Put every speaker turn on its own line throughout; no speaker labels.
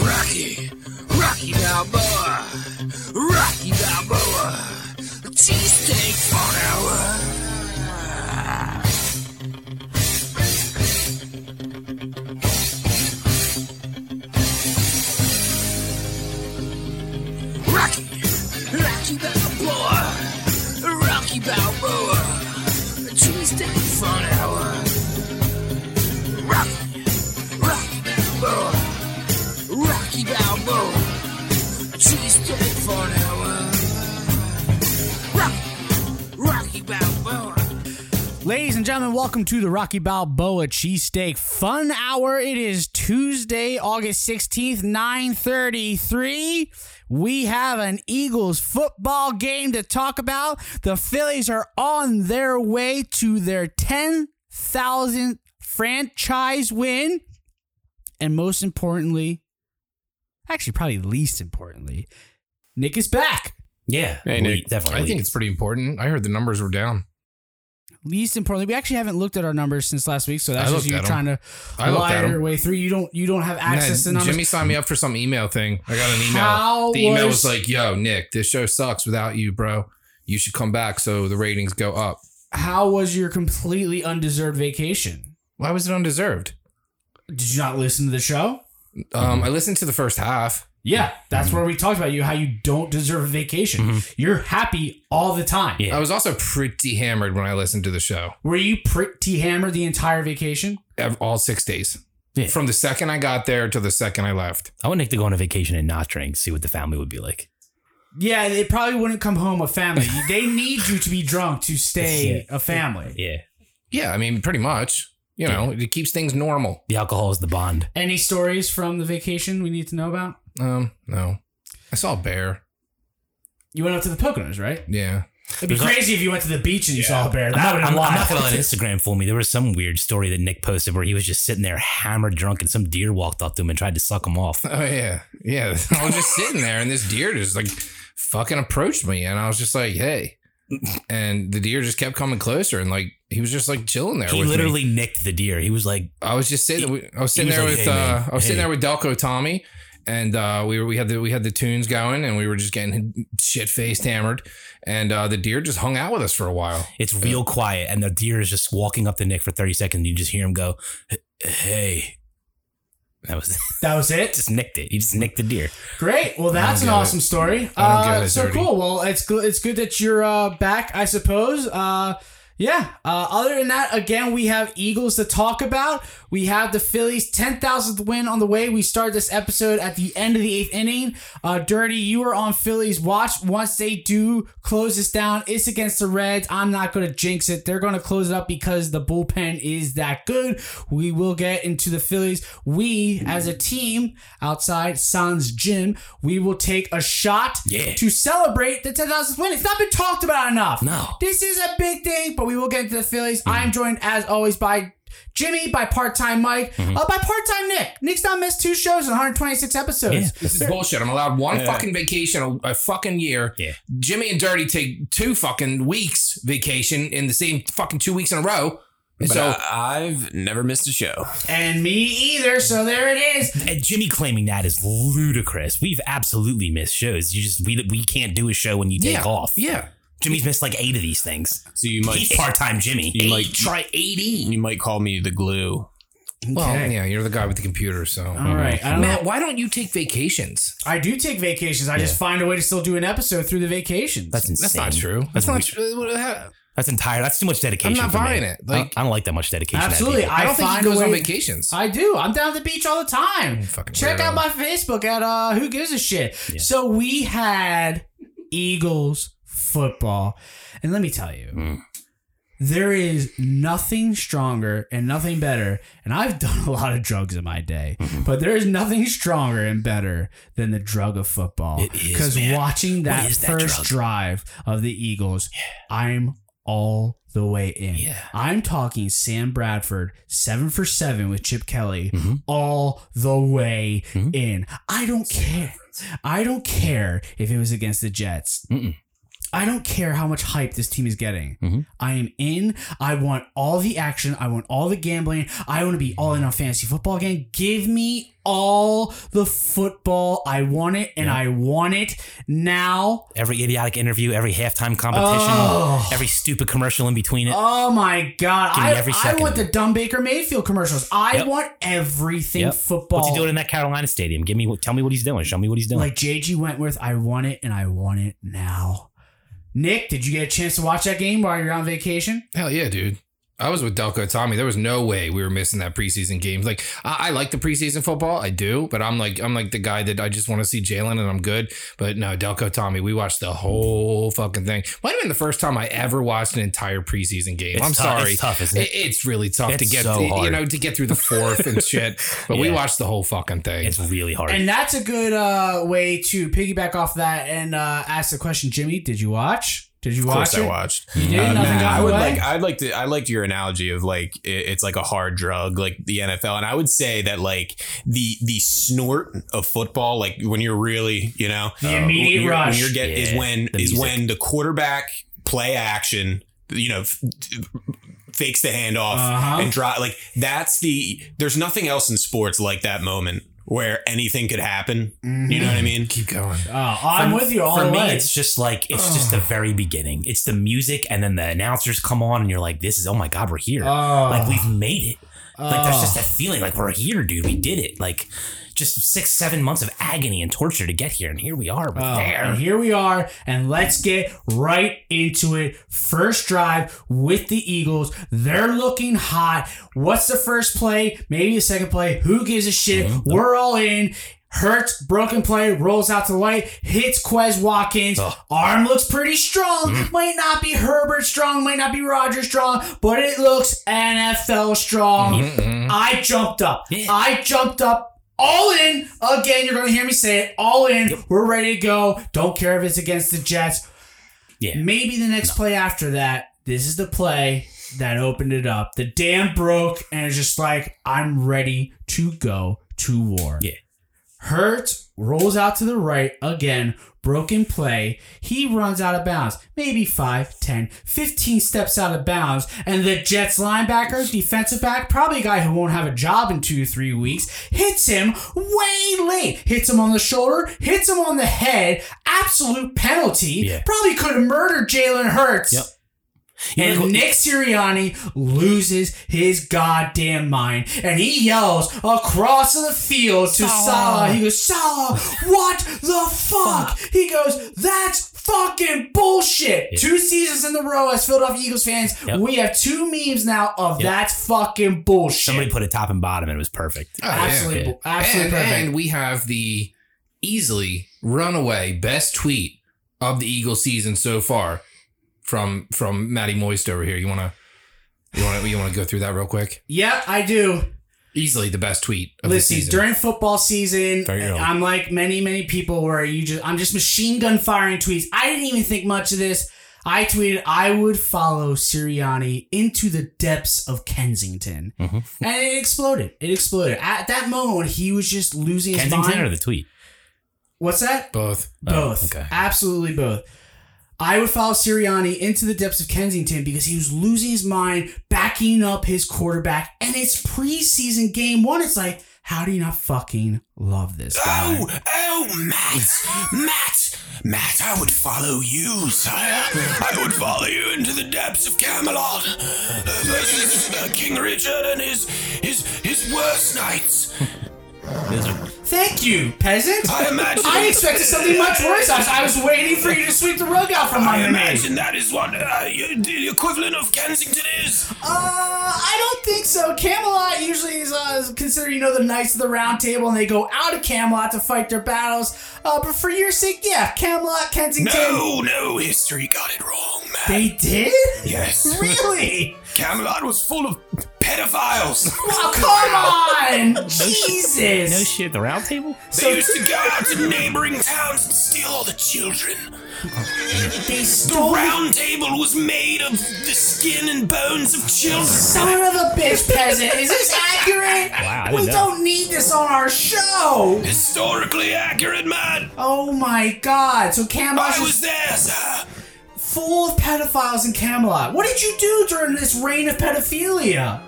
Rocky, Rocky Balboa, Rocky Balboa, cheesesteak for an hour. Rocky, Rocky Balboa, Rocky Balboa, cheesesteak for an hour. Rocky, Rocky Balboa. Rocky Balboa, cheesesteak for an hour. Rocky, Rocky Balboa.
Ladies and gentlemen, welcome to the Rocky Balboa Cheesesteak Fun Hour. It is Tuesday, August 16th, 9:33. We have an Eagles football game to talk about. The Phillies are on their way to their 10,000th franchise win. And most importantly, actually probably least importantly, Nick is back.
Yeah.
Hey,
elite,
Nick,
Definitely.
I think it's pretty important. I heard the numbers were down.
least importantly, we actually haven't looked at our numbers since last week, so that's
I
just
looked
you
at 'em.
trying to
I looked
lie
at 'em.
your way through. You don't you don't have access to
Man,
numbers.
Jimmy signed me up for some email thing. I got an email.
How
the email
was-
was like, "Yo, Nick, this show sucks without you, bro. You should come back so the ratings go up."
How was your completely undeserved vacation?
Why was it undeserved?
Did you not listen to the show?
Mm-hmm.
Um, I listened to the first half.
Yeah,
Mm-hmm.
that's where we talked about you how you don't deserve a vacation. You're happy all the time.
Yeah.
I was also pretty hammered when I listened to the show.
Were you pretty hammered the entire vacation?
Ev- All six days,
Yeah.
from the second I got there to the second I left.
I want Nick to go on a vacation and not drink, see what the family would be like.
Yeah, they probably wouldn't come home a family. they need you to be drunk to stay a family.
Yeah.
Yeah, I mean, pretty much. You know, it keeps things normal.
The alcohol is the bond.
Any stories from the vacation we need to know about?
Um, no, I saw a bear.
You went up to the Poconos, right?
Yeah,
It'd be
There's not-
crazy if you went to the beach and you saw a bear.
I'm
That
not,
would have
I'm,
been
I'm
wild.
not gonna let Instagram fool me. There was some weird story that Nick posted where he was just sitting there hammered drunk and some deer walked up to him and tried to suck him off.
Oh yeah, yeah. I was just sitting there, and this deer just like fucking approached me, and I was just like, "Hey!" And the deer just kept coming closer, and like he was just like chilling there.
He
with me.
literally nicked the deer. He was like,
I was just sitting. I was sitting
was
there
like,
with.
"Hey,
uh,
man.
I was sitting
Hey."
there with Delco Tommy, and uh, we were we had the we had the tunes going, and we were just getting shit faced hammered, and uh, the deer just hung out with us for a while.
it's real quiet. And the deer is just walking up to Nick for 30 seconds. You just hear him go, hey. That was
That was it.
just nicked it. He just nicked the deer.
Great. Well, that's an
get
awesome
it.
story.
I don't
Uh,
get it,
so
Dirty.
cool. Well, it's good. It's good that you're uh, back, I suppose. Uh, yeah. Uh, other than that, again, we have Eagles to talk about. We have the Phillies' ten thousandth win on the way. We start this episode at the end of the eighth inning. Uh, Dirty, you are on Phillies watch. Once they do close this down, it's against the Reds. I'm not going to jinx it. They're going to close it up because the bullpen is that good. We will get into the Phillies. We, as a team outside Sans Gym, we will take a shot
Yeah.
to celebrate the 10,000th win. It's not been talked about enough.
No.
This is a big thing, but we will get into the Phillies. I
Mm-hmm.
am joined, as always, by Jimmy, by part time Mike,
Mm-hmm.
uh, by part time Nick. Nick's not missed two shows in 126 episodes.
Yeah.
This is bullshit. I'm allowed one fucking vacation a, a fucking year.
Yeah.
Jimmy and Dirty take two fucking weeks vacation in the same fucking two weeks in a row. And
But
so
I, I've never missed a show.
And me either, so there it is.
And Jimmy claiming that is ludicrous. We've absolutely missed shows. You just we we can't do a show when you take
yeah,
off.
Yeah.
Jimmy's missed like eight of these things.
So you might
He's part time Jimmy.
you might
Try 80.
you might call me the glue.
Well, yeah, you're the guy with the computer, so.
All right. I don't know.
Matt, why don't you take vacations?
I do take vacations. I just find a way to still do an episode through the vacations.
That's insane.
That's not true. That's not true. What- how-
That's entire. That's too much dedication.
I'm not
for me.
buying it.
I don't-
Like-
I don't like that much dedication.
Absolutely.
Out
I,
I don't think
find
he goes
a way
on Mm. vacations.
I do. I'm down at the beach all the time.
fucking
Check out
weirdo.
my Facebook at uh who gives a shit. So we had Eagles football. And let me tell you,
Mm.
there is nothing stronger and nothing better. And I've done a lot of drugs in my day,
Mm-hmm.
but there is nothing stronger and better than the drug of football.
It is,
Because
man.
watching that,
is that
first
drug?
drive of the Eagles, I'm all the way in.
Yeah.
I'm talking Sam Bradford, seven for seven with Chip Kelly,
Mm-hmm.
all the way in. I don't care. I don't care if it was against the Jets.
Mm-mm.
I don't care how much hype this team is getting.
Mhm.
I am in. I want all the action. I want all the gambling. I want to be all in on fantasy football again. Give me all the football. I want it and
Yeah.
I want it now.
Every idiotic interview, every halftime competition,
Oh.
every stupid commercial in between it.
Oh my god!
Give me
I,
every
I
second
want
of
the dumb Baker Mayfield commercials. I
Yep.
want everything
Yep.
football.
What's he doing in that Carolina stadium? Give me, what- tell me what he's doing. Show me what he's doing.
Like JG Wentworth, I want it and I want it now. Nick, did you get a chance to watch that game while you're on vacation?
Hell yeah, dude. I was with Delco Tommy. There was no way we were missing that preseason game. Like I, I like the preseason football, I do, but I'm like I'm like the guy that I just want to see Jalen and I'm good. But no, Delco Tommy, we watched the whole fucking thing. Might have been the first time I ever watched an entire preseason game.
It's
I'm
tou-
sorry,
It's tough, isn't
It-
it?
it's really tough to
It's
get
so
the- you
hard.
know to get through the fourth and shit. But we
Yeah.
watched the whole fucking thing.
It's really hard.
And that's a good uh, way to piggyback off that and uh, ask the question, Jimmy. Did you watch? Did you
Of
watch
course,
it?
I watched.
You did.
Um,
Nothing got
I would
away?
like. I'd like to. I liked your analogy of like it- it's like a hard drug, like the NFL, and I would say that like the the snort of football, like when you're really, you know,
The immediate
Uh, when you're,
rush.
when you're getting is
Yeah,
when
the
is
music.
when the quarterback play action, you know, f- fakes the handoff
Uh-huh.
and draw. Like that's the. There's nothing else in sports like that moment where anything could happen.
Mm-hmm.
You know what I mean?
Keep going.
Oh, I'm
For-
with you all
For
the
me,
way.
it's just like it's just the very beginning. It's the music, and then the announcers come on, and you're like, "This is oh my god, we're here!
Oh.
Like we've made it! Like there's
Oh.
just that feeling, like we're here, dude. We did it! Like just six, seven months of agony and torture to get here, and here we are. We're
Oh,
there.
and here we are, and let's get right into it. First drive with the Eagles. They're looking hot. What's the first play? Maybe the second play. Who gives a shit? We're all in. Hurts, broken play, rolls out to the right, hits Quez Watkins. Arm looks pretty strong. Might not be Herbert strong, might not be Roger strong, but it looks NFL
Mm-hmm.
strong. I jumped up.
Mm-hmm. Yeah.
I jumped up. All in. Again, you're going to hear me say it. All in. We're ready to go. Don't care if it's against the Jets.
Yeah.
Maybe the next play after that, this is the play that opened it up. The dam broke, and it's just like, I'm ready to go to war.
Yeah.
Hurts rolls out to the right again. Broken play. He runs out of bounds. Maybe 5, 10, 15 steps out of bounds. And the Jets linebacker, defensive back, probably a guy who won't have a job in two, three weeks, hits him way late. Hits him on the shoulder, hits him on the head. Absolute penalty.
Yeah.
Probably could have murdered Jalen Hurts.
Yep. You know,
And
like-
Nick Sirianni loses his goddamn mind, and he yells across the field to Salah.
Oh.
He goes, Salah, what the fuck? He goes, that's fucking bullshit.
Yeah.
Two seasons in a row as Philadelphia Eagles fans,
Yep.
we have two memes now of
Yep.
that's fucking bullshit.
somebody put it top and bottom, and it was perfect.
Oh, yeah.
absolutely, bu- absolutely
and,
perfect.
and we have the easily runaway best tweet of the Eagles season so far from from Matty Moist over here. You wanna you wanna you wanna go through that real quick?
yeah, I do.
Easily the best tweet of
Listen,
the season.
during football season,
Very early.
I'm like many, many people where you just I'm just machine gun firing tweets. I didn't even think much of this. I tweeted I would follow Sirianni into the depths of Kensington,
Mhm.
and it exploded. It exploded at that moment when he was just losing his
Kensington
mind.
or the tweet?
What's that?
both.
Oh,
Both,
okay.
absolutely both. I would follow Sirianni into the depths of Kensington because he was losing his mind, backing up his quarterback, and it's preseason game one. It's like, how do you not fucking love this guy?
Oh, oh, Matt, Matt, Matt, I would follow you, sire. I would follow you into the depths of Camelot. Uh, This is uh, King Richard and his his his worst nights.
Thank you, peasant.
I imagine.
I expected something much worse. I was, I was waiting for you to sweep the rug out from
I
under me.
imagine that is what uh, you- the equivalent of Kensington is.
Uh, I don't think so. Camelot usually is uh, considered, you know, the knights of the round table, and they go out of Camelot to fight their battles. Uh, but for your sake, yeah, Camelot, Kensington.
No, no, history got it wrong, Matt.
They did?
yes,
Really?
Camelot was full of pedophiles.
Well, come on! Jesus!
No shit, the round table.
They used to go out to neighboring towns and steal all the children.
they
The
stole
round table was made of the skin and bones of children.
Son of a bitch, peasant. Is this accurate?
Wow, I
we
didn't know.
don't need this on our show.
Historically accurate, man.
Oh my god. So Camelot
I was there, sir.
full of pedophiles in Camelot. What did you do during this reign of pedophilia?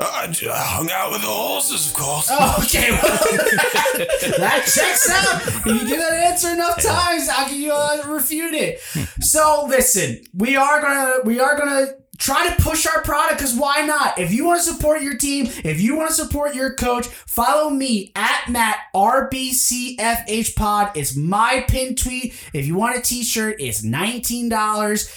I j- I hung out with the horses, of course.
Ah.
Oh, okay, well, that checks out. If you give that answer enough times, I can uh, refute it. So listen, we are gonna we are gonna try to push our product because why not? If you want to support your team, if you want to support your coach, follow me at Matt RBCFH Pod. It's my pin tweet. If you want a T-shirt, it's nineteen dollars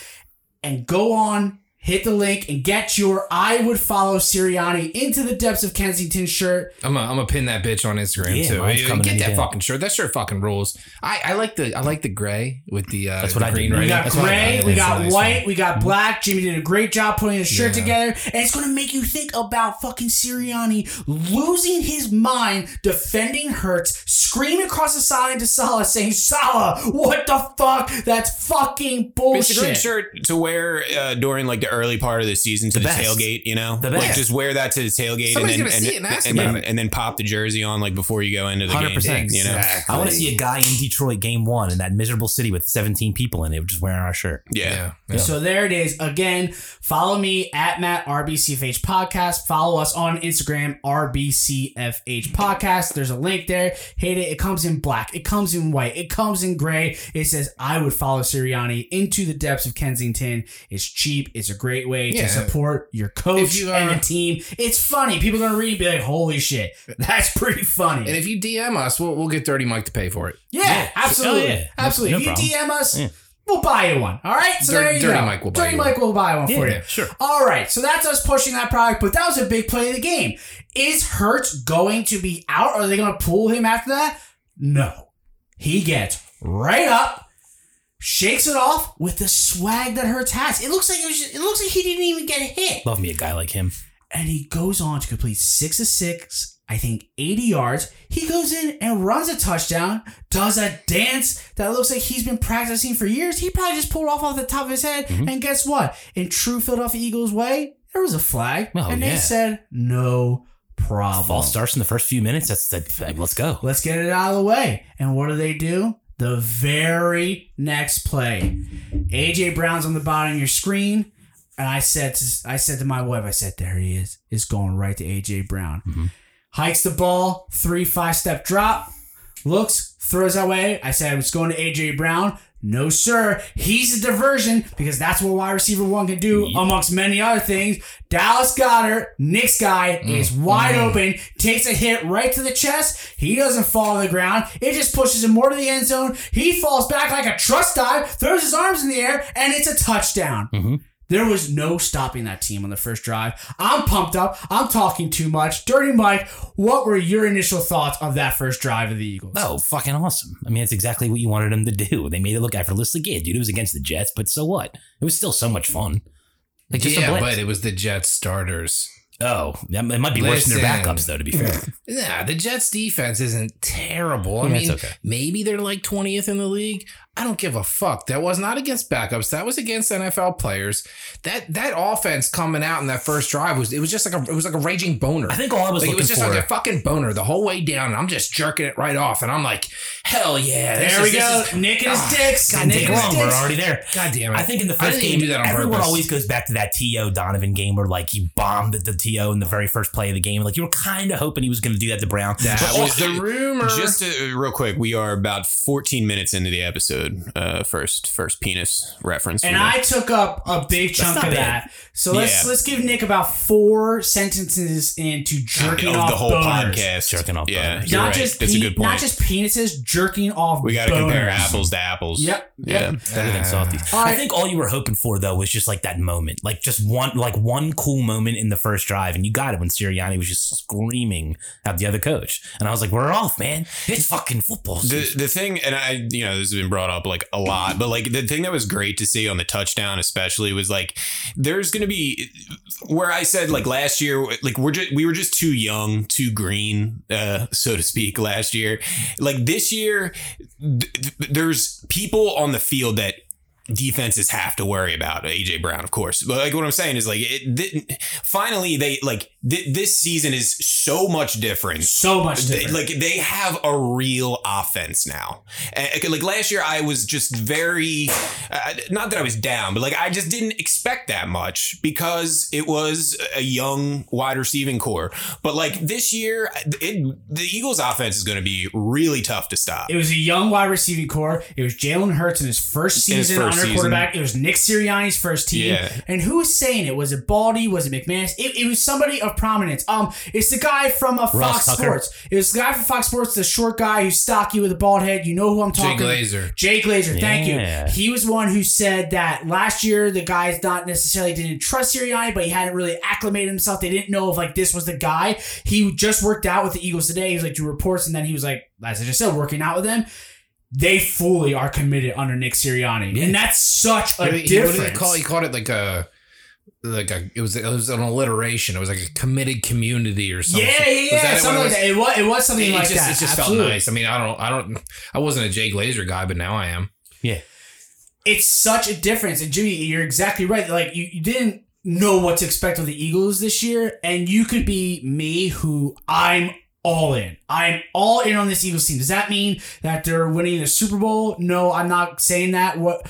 and go on, hit the link, and get your I would follow Sirianni into the depths of Kensington shirt.
I'm gonna I'm gonna pin that bitch on Instagram
Yeah,
too.
mine's
Yeah,
coming
Get
any
that
day.
fucking shirt. That shirt fucking rules. I, I like the I like the gray with the uh,
That's what
the
I do.
green
We
We
writing.
got
That's what I
gray,
like.
we
It's a
got
nice
white,
one.
we got black. Jimmy did a great job putting his shirt
Yeah.
together, and it's going to make you think about fucking Sirianni losing his mind, defending Hurts, screaming across the sideline to Salah, saying, "Salah, what the fuck? That's fucking
It's a great
bullshit."
shirt to wear uh, during like the early part of the season to the,
best.
tailgate. You know,
The
like
best.
just wear that to the tailgate
Somebody's gonna
and then and,
see it and ask
then,
about it.
and then pop the jersey on like before you go into the game.
100%.
You know,
Exactly.
I want to see a guy in Detroit game one in that miserable city with 17 people in it just wearing our shirt.
yeah.
Yeah. yeah.
So there it is. Again, follow me at Matt RBCFH Podcast. Follow us on Instagram, RBCFH Podcast. There's a link there. Hit it. It comes in black. It comes in white. It comes in gray. It says, I would follow Sirianni into the depths of Kensington. It's cheap. It's a great way
Yeah.
to support your coach
If you
and
are-
the team. It's funny. People are going to read it and be like, holy shit, that's pretty funny.
And if you DM us, we'll we'll get Dirty Mike to pay for it.
yeah,
Yeah.
absolutely.
Oh, yeah.
Absolutely.
No
if you
problem.
DM us,
Yeah.
we'll buy you one. All right? So
Dirty-
there you
Dirty
go.
Mike will buy
Dirty
you
Mike will buy one for you.
sure.
All right, so that's us pushing that product, but that was a big play of the game. Is Hertz going to be out? Are they going to pull him after that? No. He gets right up, shakes it off with the swag that Hertz has. It looks like it, was just- it looks like he didn't even get hit,
Love me a guy like him.
and he goes on to complete six of six. I think 80 yards. He goes in and runs a touchdown, does a dance that looks like he's been practicing for years. He probably just pulled off off the top of his head.
Mhm.
And guess what? In true Philadelphia Eagles way, there was a flag.
Oh,
and they
yeah.
said, no problem.
False starts in the first few minutes. That's the let's go.
Let's get it out of the way. And what do they do? The very next play, AJ Brown's on the bottom of your screen, and I said, to, I said to my wife, I said, "There he is. It's going right to AJ Brown."
Mhm.
Hikes the ball, three five step drop, looks, throws away. I said, "It's going to AJ Brown." No, sir. He's a diversion because that's what wide receiver one can do,
Yep.
amongst many other things. Dallas Goddard, Knicks guy, is wide open, takes a hit right to the chest. He doesn't fall to the ground. It just pushes him more to the end zone. He falls back like a trust dive, throws his arms in the air, and it's a touchdown.
Mhm.
There was no stopping that team on the first drive. I'm pumped up. I'm talking too much. Dirty Mike, what were your initial thoughts of that first drive of the Eagles?
Oh, fucking awesome. I mean, it's exactly what you wanted them to do. They made it look effortlessly good, dude. It was against the Jets, but so what? It was still so much fun. Like just a
yeah,
blitz.
but it was the Jets starters.
Oh, that it might be worse than their
Listen.
backups, though. To be fair,
Yeah, the Jets defense isn't terrible. I
Yeah, it's
mean,
okay.
maybe they're like 20th in the league. I don't give a fuck. That was not against backups. That was against NFL players. That that offense coming out in that first drive was it was just like a it was like a raging boner.
I think all I was
like it
looking
was just
for.
like a fucking boner the whole way down, and I'm just jerking it right off, and I'm like, hell yeah! this
there we
is- this
go.
is-
Nick and his
Ah,
dicks.
God
Nick
damn
and
it,
his
we're
dicks.
already there.
God damn it!
I think in the
I
first
didn't
game,
even do that on
everyone
purpose.
always goes back to that T.O. Donovan game where like he bombed the T.O. in the very first play of the game. Like you were kind of hoping he was going to do that to Brown.
that
But
was the rumor.
Just to, uh, real quick, we are about 14 minutes into the episode. Uh, first, first penis reference.
And
we
I
made.
took up a big chunk
not
of
bad.
that. So let's
Yeah.
let's give Nick about four sentences into jerking
of
off
the whole
boners.
podcast,
Jerking off
Yeah,
boners.
you're
not
right.
just
that's
pe-
a good point.
not just penises jerking off.
we got to compare
boners.
apples to apples.
Yep.
Yeah.
better than softies.
All right.
I think all you were hoping for though was just like that moment, like just one, like one cool moment in the first drive, and you got it when Sirianni was just screaming at the other coach, and I was like, "We're off, man! It's fucking football."
The,
season."
the thing, and I, you know, this has been brought up like a lot, but like the thing that was great to see on the touchdown, especially, was like there's going to be where I said like last year, like we're just we were just too young, too green, uh, so to speak, last year. Like this year, th- th- there's people on the field that defenses have to worry about AJ Brown, of course. But like what I'm saying is like it, th- finally they like th- this season is so much different.
So much
They-
different.
like they have a real offense now. And, okay, like last year, I was just very uh, not that I was down, but like I just didn't expect that much because it was a young wide receiving core. But like this year, uh, it, the Eagles' offense is going to be really tough to stop.
It was a young wide receiving core. It was Jalen Hurts in his first
In his
season
first
under
season.
quarterback. It was Nick Sirianni's first team.
Yeah.
And who was saying it? Was it Baldy? Was it McManus? It, it was somebody of prominence. Um, it's the guy from uh, Fox
Tucker.
Sports. It was the guy from Fox Sports, the short guy who's stocky with a bald head. You know who I'm
Jay
talking about.
Glazer.
Jay Glazer, thank
Yeah.
you. He was one who said that last year the guys not necessarily didn't trust Sirianni, but he hadn't really acclimated himself. They didn't know if like this was the guy. He just worked out with the Eagles today. He was like do reports, and then he was like, as I just said, working out with them. They fully are committed under Nick Sirianni, and that's such a
What did he- what
difference.
did he call? He called it like a like a it was it was an alliteration. It was like a committed community or something.
yeah, yeah,
Was that
yeah.
what
Something
it
like
was?
that. It was, it was something
It
like
just,
that.
it just felt
Absolutely.
nice. I mean, I don't, I don't, I wasn't a Jay Glazer guy, but now I am.
it's such a difference. And Jimmy, you're exactly right. Like you, you didn't know what to expect of the Eagles this year, and you could be me, who I'm all in. I'm all in on this Eagles team. Does that mean that they're winning the Super Bowl? No, I'm not saying that. What?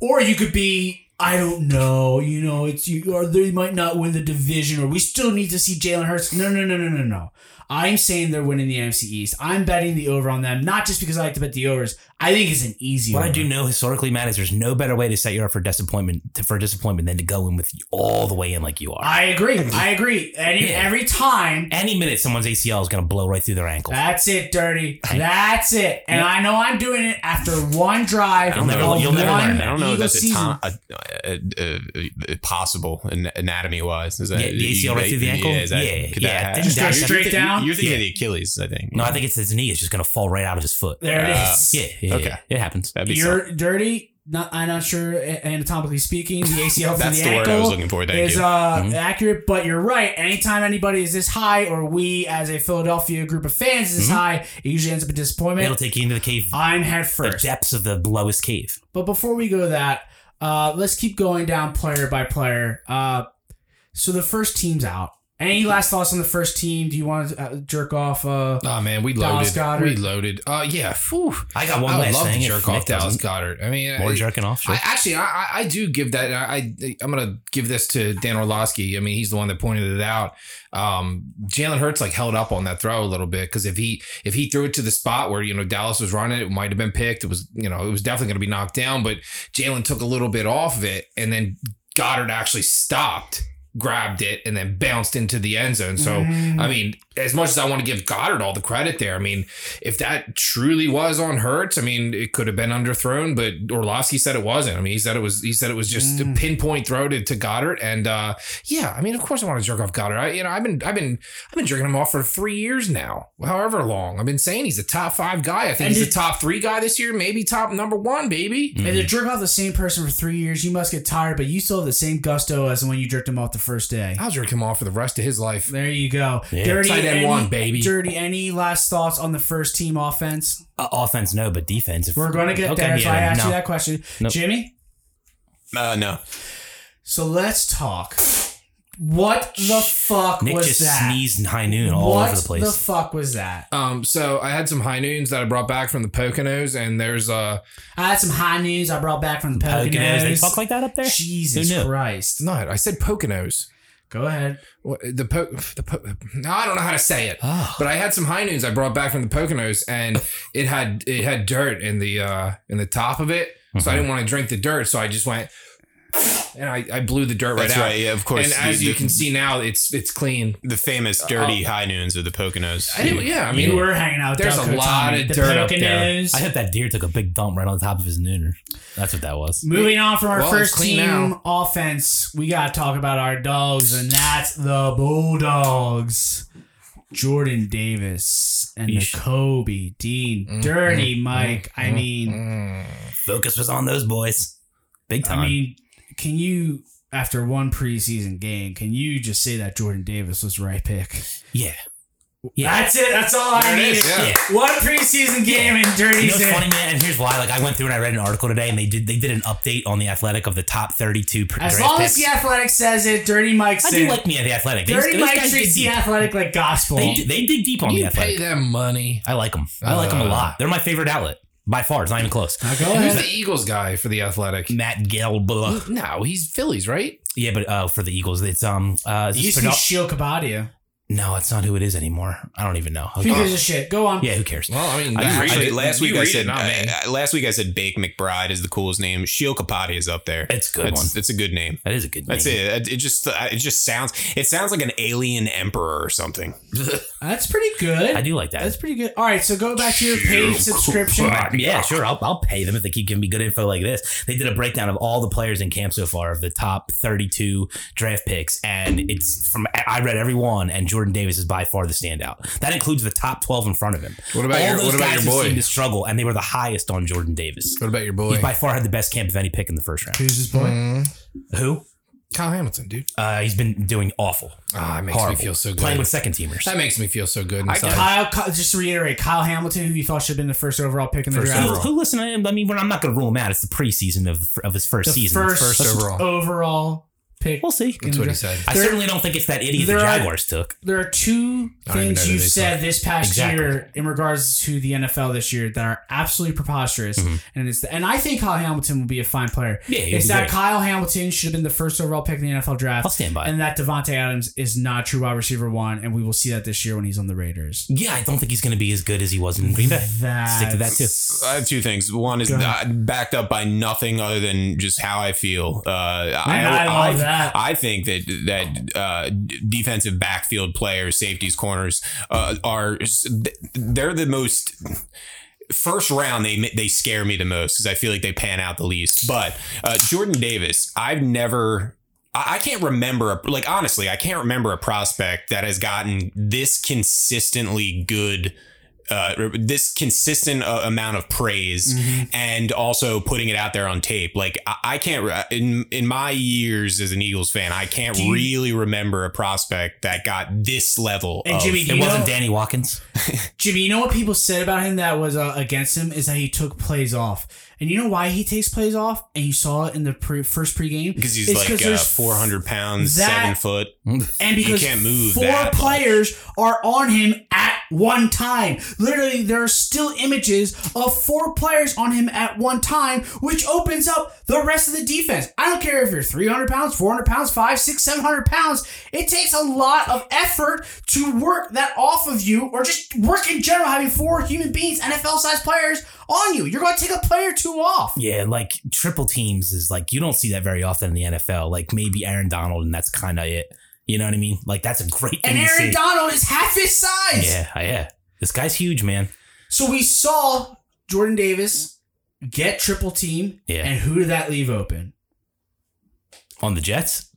Or you could be. I don't know. You know, it's you. Or they might not win the division, or we still need to see Jalen Hurts. No, no, no, no, no, no. I'm saying they're winning the NFC East. I'm betting the over on them, not just because I like to bet the overs. I think it's an easy.
What I
over.
do know historically, Matt, is there's no better way to set you up for disappointment for disappointment than to go in with you all the way in like you are.
I agree. I agree. Any,
Yeah.
Every time.
Any minute, someone's ACL is going to blow right through their ankle.
That's it, dirty. That's it. And I know I'm doing it after one drive.
You'll never-
of
you'll never
one
learn that.
I don't know
Eagle
if that's a
season.
ton- a- a- a- a- uh, possible anatomy wise. Is that
Yeah, the ACL right
you-
through the ankle?
Yeah, is that,
Yeah,
could
yeah.
That happen?
Just
go straight
You're thi-
down?
You're thinking of the Achilles, I think.
No, I think it's his knee is just going to fall right out of his foot.
There it
Uh,
is.
Yeah, yeah,
Okay.
yeah. it happens.
that'd be something.
You're dirty. Not, I'm not sure a- anatomically speaking. The ACL from
That's
the,
the word
ankle
I was looking for. Thank
is
you.
uh,
Mm-hmm.
accurate, but you're right. Anytime anybody is this high, or we as a Philadelphia group of fans is this high, it usually ends up a
Mm-hmm. It'll
disappointment.
take you into the cave,
I'm head
the
first.
depths of the lowest cave.
But before we go to that, uh, let's keep going down player by player. Uh, so the first team's out. Any
Mm-hmm.
last thoughts on the first team? Do you want to uh, jerk off? Uh,
Oh man, we
Dallas
loaded.
Goddard.
We loaded. Uh, yeah. Whew.
I got one
I would
last
love
thing.
to
if
jerk off
Nick
Dallas
doesn't.
Goddard. I mean,
More
I-
jerking off. Sure.
I, actually, I, I- I do give that. I, I I'm gonna give this to Dan Orlovsky. I mean, he's the one that pointed it out. Um, Jalen Hurts like held up on that throw a little bit because if he if he threw it to the spot where you know Dallas was running, it might have been picked. It was you know it was definitely gonna be knocked down, but Jalen took a little bit off of it, and then Goddard actually stopped, grabbed it, and then bounced into the end zone. So.
Mm-hmm.
Mm.
I mean, as much as I want to give Goddard all the credit there, I mean, if that truly was on Hurts, I mean, it could have been underthrown, but Orlovsky said it wasn't. I mean, he said it was. He said it was just
Mm.
a pinpoint throw to, to Goddard, and uh, yeah, I mean, of course I want to jerk off Goddard. I, you know, I've been, I've been, I've been jerking him off for three years now, however long. I've been saying he's a top five guy. I think
And
he's
did-
a top three guy this year, maybe top number one, baby.
Mm-hmm.
and to jerk off the same person for three years, you must get tired, but you still have the same gusto as when you jerked him off the first day.
I'll jerk him off for the rest of his life.
There you go.
Yeah.
Dirty,
Tight end
any,
one, baby.
Dirty, any last thoughts on the first team offense?
Uh, offense, no, but defense. If,
We're going to get there. That's
yeah,
why I asked
no.
you that question.
Nope.
Jimmy?
Uh, no.
So let's talk. What the fuck
Nick
was
just
that?
sneezed in high noon all
what
over the place.
the fuck was that?
Um, so I had some high noons that I brought back from the Poconos, and there's uh
I had some high news I brought back from the Poconos.
Poconos, they talk like that up there.
Jesus
Who knew?
It's
Christ.
not. I said Poconos.
Go ahead.
What- The po, the po, no, I don't know how to say it.
Ah.
But I had some high noons I brought back from the Poconos, and it had it had dirt in the uh in the top of it. So I didn't want to drink the dirt, so I just went and I, I blew the dirt
That's
right out.
right. Yeah, of course. Uh,
and
the-
as you
the-
can see now, it's it's clean.
the famous dirty high noons of the Poconos.
I didn't, yeah, I
You
mean,
were hanging out. with
there's
Delco
a lot
Tommy.
of
The
dirt up there.
Poconos.
I hope that deer took a big dump right on top of his nooner. That's what that was.
Moving on from our
Well, it's
first team
clean now.
offense, we got to talk about our dogs, and that's the Bulldogs. Jordan Davis and the
Yeesh.
Kobe Dean.
Mm-hmm.
Dirty Mike. I mean.
Mm.
Focus was on those boys, big time.
I mean, can you after one preseason game, can you just say that Jordan Davis was the right pick?
yeah, Yeah.
That's it. That's all I
There it
needed.
is, yeah.
One preseason game and
You
Dirty
know what's
Zip.
funny, man? And here's why. Like, I went through and I read an article today, and they did they did an update on the Athletic of the top 32 pr-
As
draft
long as
picks.
the Athletic says it, Dirty Mike's
I
in.
do like me at the Athletic. They,
Dirty
those
Mike
guys
treats
dig
the
deep.
Athletic like gospel.
They, do- they dig deep on the
You pay
Athletic.
them money.
I like them. I like them a
Uh,
lot. They're my favorite outlet by far. It's not even close.
Now go
Who's
ahead.
the Eagles guy for the Athletic?
Matt Gelb.
No, he's Phillies, right?
Yeah, but uh, for the Eagles, it's um. Uh, is
It
this
used to be
Fidel-
Shio Kabadia.
no, it's not who it is anymore. I don't even know. Who
Who gives
cares?
a shit? Go on.
Oh, Yeah, who cares?
Well, I mean,
I
that-
just read
I
it.
did-
Last week
you
I
read it,
said uh,
not me.
I- I- last week I said Bake McBride is the coolest name. Shiel Capati is up there.
It's a good
That's,
one.
that's a good name.
That is a good.
That's
name.
it. It just uh, it just sounds it sounds like an alien emperor or something.
That's pretty good.
I do like that. Uh,
That's pretty good. All right, so go back to your paid subscription.
yeah, sure. I'll, I'll pay them if they keep giving me good info like this. They did a breakdown of all the players in camp so far of the top 32 draft picks, and it's from I read every one, and Jordan Davis is by far the standout. That includes the top 12 in front of him.
What about
all
your-
those
what about
guys
your
who
boy?
seemed to struggle, and they were the highest on Jordan Davis.
What about your
He
boy?
by far had the best camp of any pick in the first round.
Who's this boy?
Mm,
Who?
Kyle Hamilton, dude.
Uh, he's been doing awful.
Ah, it makes me feel so good.
Playing with second teamers.
That makes me feel so good inside.
Kyle, Ky- just to reiterate, Kyle Hamilton, who you thought should have been the first overall pick in the
Who,
draft.
who listen? I I mean, we're- I'm not going to rule him out. It's the preseason of of his first
The
season.
first,
First
overall.
overall.
pick.
We'll see.
That's what he said.
I
There-
certainly don't think it's that idiot the
there are-
Jaguars took.
There are two
I don't even know
things
who
you've
they
said this past
Exactly.
year in regards to the NFL this year that are absolutely preposterous, and it's the, and I think Kyle Hamilton will be a fine player.
Yeah, he'll
it's
be
that
great.
Kyle Hamilton should have been the first overall pick in the NFL draft.
I'll stand by it.
And that Devonte Adams is not true wide receiver one, and we will see that this year when he's on the Raiders.
Yeah, I don't think he's going to be as good as he was in Green Bay.
That
Stick to that too.
I have two things. One is
Go
uh, backed up by nothing other than just how I feel. Uh,
Man, I love that.
I think that that uh, d- defensive backfield players, safeties, corners uh, are they're the most. First round, they they scare me the most because I feel like they pan out the least. But uh, Jordan Davis, I've never. I I can't remember, a, like honestly, I can't remember a prospect that has gotten this consistently good uh, this consistent uh, amount of praise
Mm-hmm.
and also putting it out there on tape. Like I, I can't re- in in my years as an Eagles fan, I can't
Do you-
really remember a prospect that got this level.
And
of-
Jimmy, do
It
you know,
wasn't Danny Watkins.
Jimmy, you know what people said about him that was uh, against him is that he took plays off, and you know why he takes plays off, and you saw it in the pre- first pregame
because he's
It's
like uh,
there's
400 pounds,
that-
seven foot.
and because
can't move
four
that much.
players are on him at one time. Literally, there are still images of four players on him at one time, which opens up the rest of the defense. I don't care if you're 300 pounds, 400 pounds, five, six, 700 pounds. It takes a lot of effort to work that off of you, or just work in general, having four human beings, NFL sized players on you. You're going to take a player or two off.
Yeah, like triple teams is like you don't see that very often in the NFL. Like maybe Aaron Donald, and that's kind of it. You know what I mean? Like that's a great thing
And
to
Aaron
see.
Donald is half his size.
yeah, uh, yeah. This guy's huge, man.
So we saw Jordan Davis get triple team,
Yeah.
and who did that leave open
On the Jets,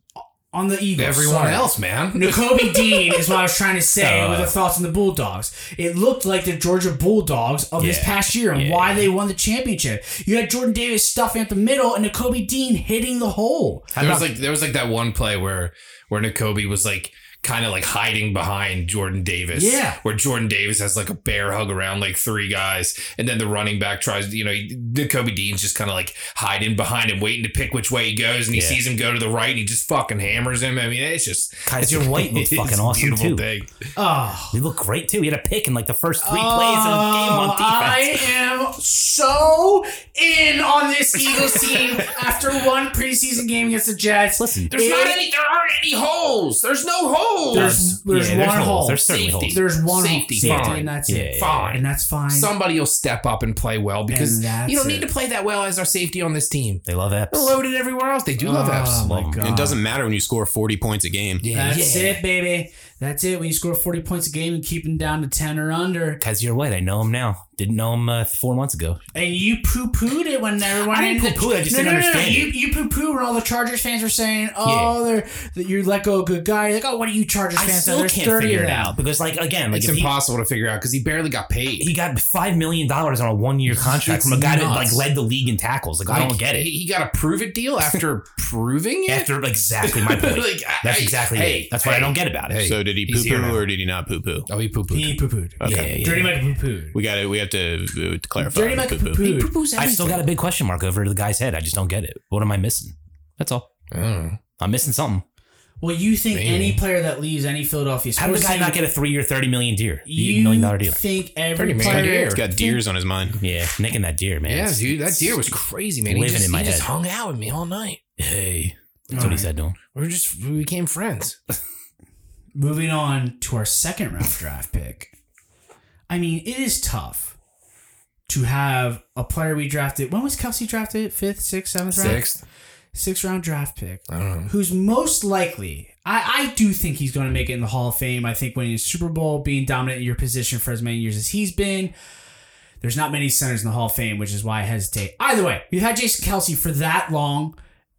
on the Eagles?
Everyone
sorry.
else, man.
N'Kobe Dean is what I was trying to say
Uh,
with the thoughts on the Bulldogs. It looked like the Georgia Bulldogs of this
Yeah,
past year and
yeah.
why they won the championship. You had Jordan Davis stuffing at the middle and N'Kobe Dean hitting the hole.
There was like there was like that one play where where N'Kobe was like kind of like hiding behind Jordan Davis.
Yeah.
Where Jordan Davis has like a bear hug around like three guys, and then the running back tries. You know, N'Kobe Dean's just kind of like hiding behind him, waiting to pick which way he goes, and he
Yeah.
sees him go to the right, and he just fucking hammers him. I mean, it's just
Kaiser White looked
it's
fucking
a
awesome
beautiful
too.
Thing.
Oh.
He looked great too. He had a pick in like the first three
Oh,
plays of the game on defense.
I am so in on this Eagles team after one preseason game against the Jets.
Listen,
There's not
It-
any. There aren't any holes. There's no holes.
There's- there's
yeah,
one
holes.
hole.
There's certainly
Safety.
holes.
There's one
Safety,
safety,
fine.
and that's
Yeah,
it.
yeah,
Fine.
and that's fine.
Somebody will step up and play well because
And that's
you don't
it.
need to play that well as our safety on this team.
They love Epps.
They're loaded everywhere else. They do
oh
love F's.
my
Well, it
god,
It doesn't matter when you score 40 points a game.
Yeah,
That's it, baby. That's it. When you score forty points a game and keep them down to ten or under,
Kaiser White, I know him now. Didn't know him uh, four months ago.
And you poo pooed it when everyone.
I didn't
in the-
poo-poo it, I just didn't understand
You,
it.
you poo poo when all the Chargers fans were saying, "Oh, they're that you let go a good guy." You're like, "Oh, what are you Chargers
I
fans?" now?
still
There's
can't
30
figure
of
it
them."
out because, like, again, like
it's
if he-
impossible to figure out because he barely got paid.
he got five million dollars on a one year contract
It's
from a guy that
nuts.
like led the league in tackles. Like, I
Like,
don't get it.
He, he got a prove it deal after proving it.
After like, exactly my point.
Like, I-
That's
I-
exactly
hey,
it. That's what I
hey,
don't get about it.
hey.
So did he
He's
poo
here
poo
now.
or did he not poo poo?
oh, he poo pooed.
He poo pooed.
Okay.
Yeah, yeah.
Dirty Mike poo pooed.
We got to we have to uh, clarify.
Dirty
on
Mike
the
poo
poo-poo.
pooed.
I still got a big question mark over the guy's head. I just don't get it. What am I missing? That's all.
I don't know.
I'm missing something.
Well, you think
Maybe.
any player that leaves any Philadelphia
How did
sports
the guy
team-
not get a three year, thirty million deer,
you
million dollar deal?
think every
Pretty man
player?
deer.
He's got deers on his mind.
Yeah, nicking that deer, man.
Yeah,
It's-
dude, that deer was crazy, man. He
living
just,
in my
he just
head.
hung out with me all night.
Hey, that's what he said to him.
We were just we became friends.
Moving on to our second round draft pick. I mean, it is tough to have a player we drafted. When was Kelsey drafted? Fifth, sixth, seventh round?
Sixth.
Sixth round draft pick.
I don't know.
Who's most likely? I, I do think he's going to make it in the Hall of Fame. I think winning the Super Bowl, being dominant in your position for as many years as he's been. There's not many centers in the Hall of Fame, which is why I hesitate. Either way, we've had Jason Kelsey for that long.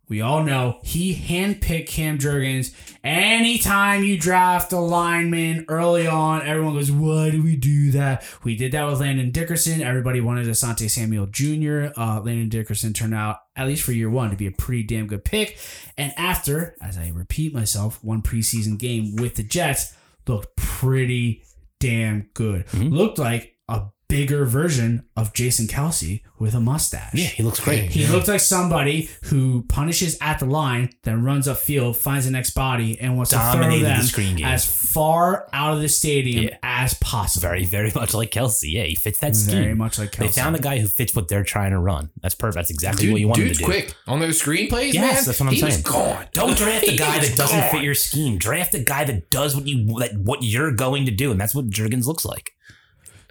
We all know he handpicked Cam Jurgens. Anytime you draft a lineman early on, everyone goes, Why do we do that? We did that with Landon Dickerson. Everybody wanted Asante Samuel Jr. Uh, Landon Dickerson turned out, at least for year one, to be a pretty damn good pick. And after, as I repeat myself, one preseason game with the Jets looked pretty damn good.
Mm-hmm.
Looked like a bigger version of Jason Kelsey with a mustache.
Yeah, he looks great.
He looked like somebody who punishes at the line, then runs upfield, finds the next body, and wants
Dominated
to
the
throw them
screen game.
as far out of the stadium
Yeah.
as possible.
Very, very much like Kelsey. Yeah, he fits that scheme.
Very much like Kelsey.
They found the guy who fits what they're trying to run. That's perfect. That's exactly
Dude,
what you want him to
dude's
do.
quick on those screenplays,
Yes,
man.
that's what I'm
he
saying.
Was gone.
Don't draft a
He
guy
was
that doesn't
gone.
fit your scheme. Draft a guy that does what you that what you're going to do, and that's what Jurgens looks like.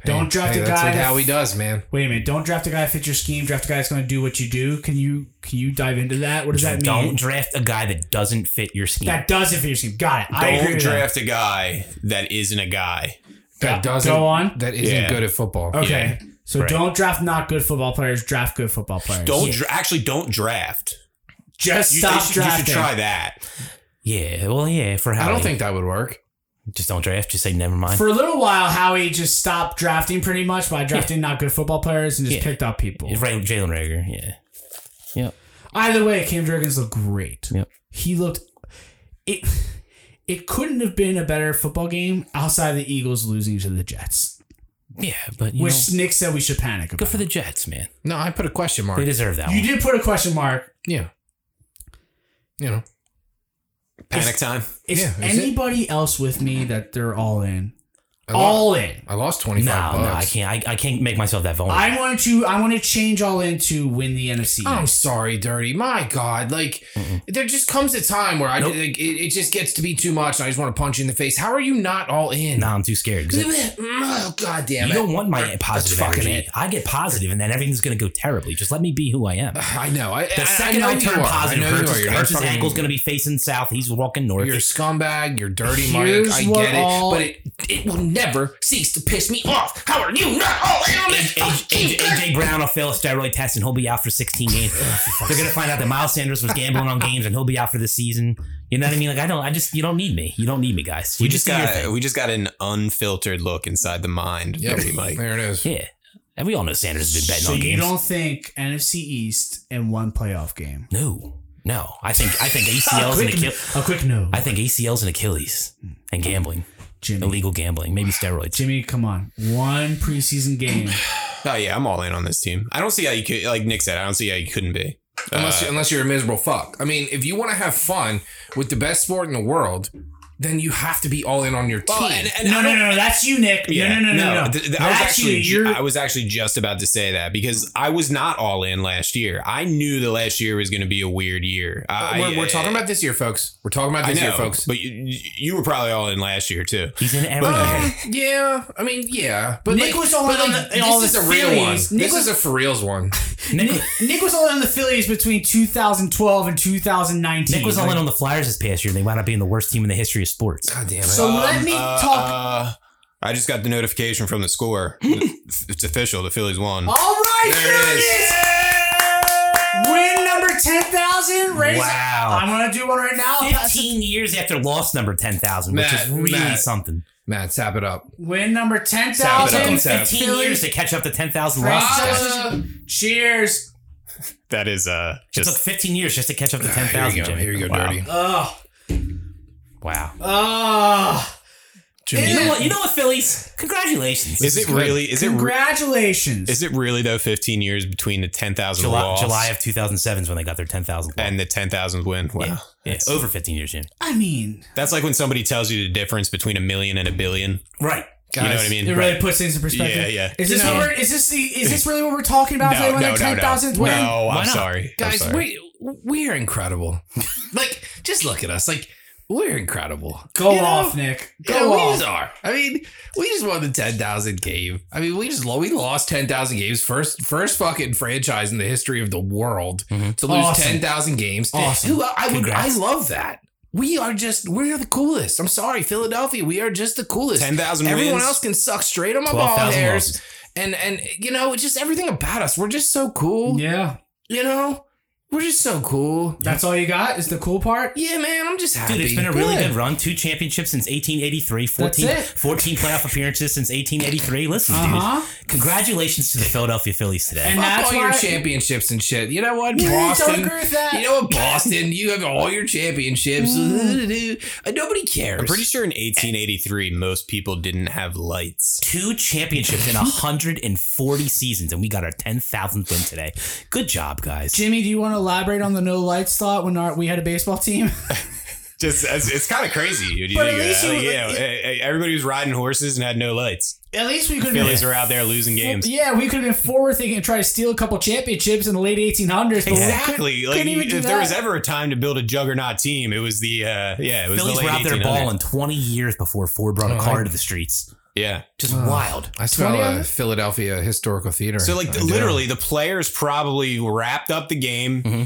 Don't draft a
that's
guy
what
that-
how he does, man.
Wait a minute! Don't draft a guy that fits your scheme. Draft a guy that's going to do what you do. Can you can you dive into that? What does that
Don't
mean?
draft a guy that doesn't fit your scheme.
That doesn't fit your scheme. Got it. I agree.
Don't
with that.
draft a guy that isn't a guy.
That
Go-
doesn't
go on.
That isn't
Yeah.
good at football.
Okay. So
Right.
don't draft not good football players. Draft good football players.
Don't dra- actually don't draft.
just
You, they
stop
should, you should
drafting.
try that.
yeah, well, yeah. For how
I don't think that would work.
just don't draft. Just say never mind.
For a little while, Howie just stopped drafting pretty much by drafting not good football players and just
Yeah.
picked up people.
Ray, Jalen Rager. Yeah,
Either way, Cam Jurgens looked great.
Yep.
He looked it. It couldn't have been a better football game outside of the Eagles losing to the Jets,
yeah. But you
which
know,
Nick said we should panic
good
about.
for the Jets, man.
No, I put a question mark.
They deserve that.
you
one.
did put a question mark.
Yeah. You know.
Panic time.
Is
Yeah, is it?
anybody else with me that they're all in?
I lost,
All in.
I lost twenty
No,
five
no, I
bucks.
can't. I, I can't make myself that
Oh.
vulnerable.
I want to. I want to change all in to win the NFC.
I'm sorry, Dirty. My God, like there just comes a time where I
Nope.
like, it, it just gets to be too much, and I just want to punch you in the face. How are you not all in?
no, I'm too scared. 'Cause it-
Oh God damn
you
it!
don't want my positive
fucking
energy.
it.
I get positive, and then everything's gonna go terribly. Just let me be who I am.
I know. I,
The
I,
second
I,
I,
know you
turn
are.
positive,
I know you
Hurts,
are.
is-
You're not
Hurts'
fucking-
ankle's going to be facing south. He's walking north.
You're a scumbag. You're dirty, Mike.
Here's
I
what
get it,
all-
but it, it will never cease to piss me off. How are you not all in on this?
AJ,
fucking
AJ, AJ Brown will fail a steroid test and he'll be out for 16
Oh,
games. They're going to find out that Miles Sanders was gambling on games and he'll be out for the season. You know what I mean? Like, I don't, I just, you don't need me. You don't need me, guys. You
We just
do your
got we just got an unfiltered look inside the mind. of
Yep,
Dirty Mike.
there it is.
thing. Yeah. And we all know Sanders has been betting
so
on
you
games.
don't think NFC East in one playoff game?
no, no. I think, I think ACLs and Achilles.
A quick no.
I think ACLs and Achilles and gambling,
Jimmy.
illegal gambling, maybe steroids.
Jimmy, come on. One preseason game.
Oh yeah, I'm all in on this team. I don't see how you could, like Nick said, I don't see how you couldn't be. Uh,
Uh,
Unless, unless you're a miserable fuck. I mean, if you want to have fun with the best sport in the world, then you have to be all in on your team.
Well, and- and
No,
I
no,
don't-
no, no. That's you, Nick. No,
Yeah,
no, no, no, no.
th- th- I was
That's
actually,
you. You're,
I was actually just about to say that because I was not all in last year. I knew the last year was going to be a weird year. I,
Uh, we're, we're talking about this year, folks. We're talking about
I
this
know,
year, folks.
But you, you were probably all in last year too.
He's in every
Um, yeah, I mean, yeah, but
Nick
like-
was all
but,
in on
like,
the- in all
this
the
is a real one.
Phillies. Nick
This
was-
is a for reals one.
Nick, Nick was all in on the Phillies between 2012 and 2019.
Nick was all in on the Flyers this past year and they wound up being the worst team in the history of sports.
God damn it!
So let me
Um, Uh,
talk.
uh, I just got the notification from the score. it's official. The Phillies won.
All right,
There it is.
Nuggets! Win number ten thousand. Raise.
Wow.
I'm gonna do one right now. I'll pass it-
15 years after loss number 10,000, which
Matt,
is really
Matt.
something.
Matt, tap it up.
Win number ten
Sound it
thousand.
up. Sound it up.
15 years to catch up to 10,000 losses. guys.
Ah,
Cheers.
That is uh
It took
just
15 years just to catch up to
here
10,000.
you go.
Jimmy.
Here you go,
wow.
dirty.
Oh,
Wow.
oh.
You know,
Yeah.
what, you know what, Phillies? Congratulations.
Is it really is it re-
Congratulations.
is it really though 15 years between the 10,000
July,
loss
July of 2007 is when they got their 10,000
and the 10,000 win? Wow.
yeah. Yeah, over 15 years, Jimmy.
I mean,
That's like when somebody tells you the difference between a million and a billion.
Right.
you know
Guys,
what I mean?
it really puts things in perspective.
Yeah, yeah.
Is this
You know-
what we're, is this the, is this really what we're talking about?
No,
today when
no,
the
no,
ten thousand
no.
win.
No,
Why
I'm
not?
sorry. I'm
guys,
sorry.
we we're incredible. like, just look at us. Like, we're incredible.
Go
You know?
off, Nick. Go
yeah, we
off.
just are. I mean, we just won the ten thousand game. I mean, we just lo- we lost ten thousand games first first fucking franchise in the history of the world to lose
Awesome.
ten thousand games.
Awesome.
Who- I would I
Congrats.
love that. We are just we're the coolest. I'm sorry, Philadelphia. We are just the coolest.
10,000
Everyone
wins.
else can suck straight on my ball
12,000
hairs.
losses.
And and you know, it's just everything about us. We're just so cool.
Yeah,
You know, we're just so cool.
that's all you got. Is the cool part?
Yeah, man. I'm just happy.
Dude, it's been a really
Good.
good run. Two championships since 1883, 14,
That's it.
14 playoff appearances since 1883. Listen,
Uh huh.
dude, congratulations to the Philadelphia Phillies today.
And
Fuck
that's
all your
why-
championships and shit. You know what,
Yeah, don't
Boston?
agree with that.
You know what, Boston? You have all your championships. Uh, Nobody cares.
I'm pretty sure in 1883 most people didn't have lights.
Two championships in 140 seasons, and we got our 10,000th win today. Good job, guys.
Jimmy, do you want to elaborate on the no lights thought when our, we had a baseball team?
Just it's, it's kind of crazy. Dude. You
But
think
at
of
least
that.
you
Like,
were-
yeah, eh, eh, everybody was riding horses and had no lights.
At least we could
Phillies
have.
are out there losing games.
Yeah, we could have been forward thinking and try to steal a couple championships in the late 1800s. But
Exactly. Like
couldn't even do
if there
that.
was ever a time to build a juggernaut team, it was the uh, yeah, it was
Phillies
the late
were out there
1800s.
balling 20 years before Ford
Oh,
brought a car to the streets.
Yeah.
Just wild.
I smell
20 of
a
it?
Philadelphia historical theater.
So like
I do.
literally, the players probably wrapped up the game,
Mm-hmm.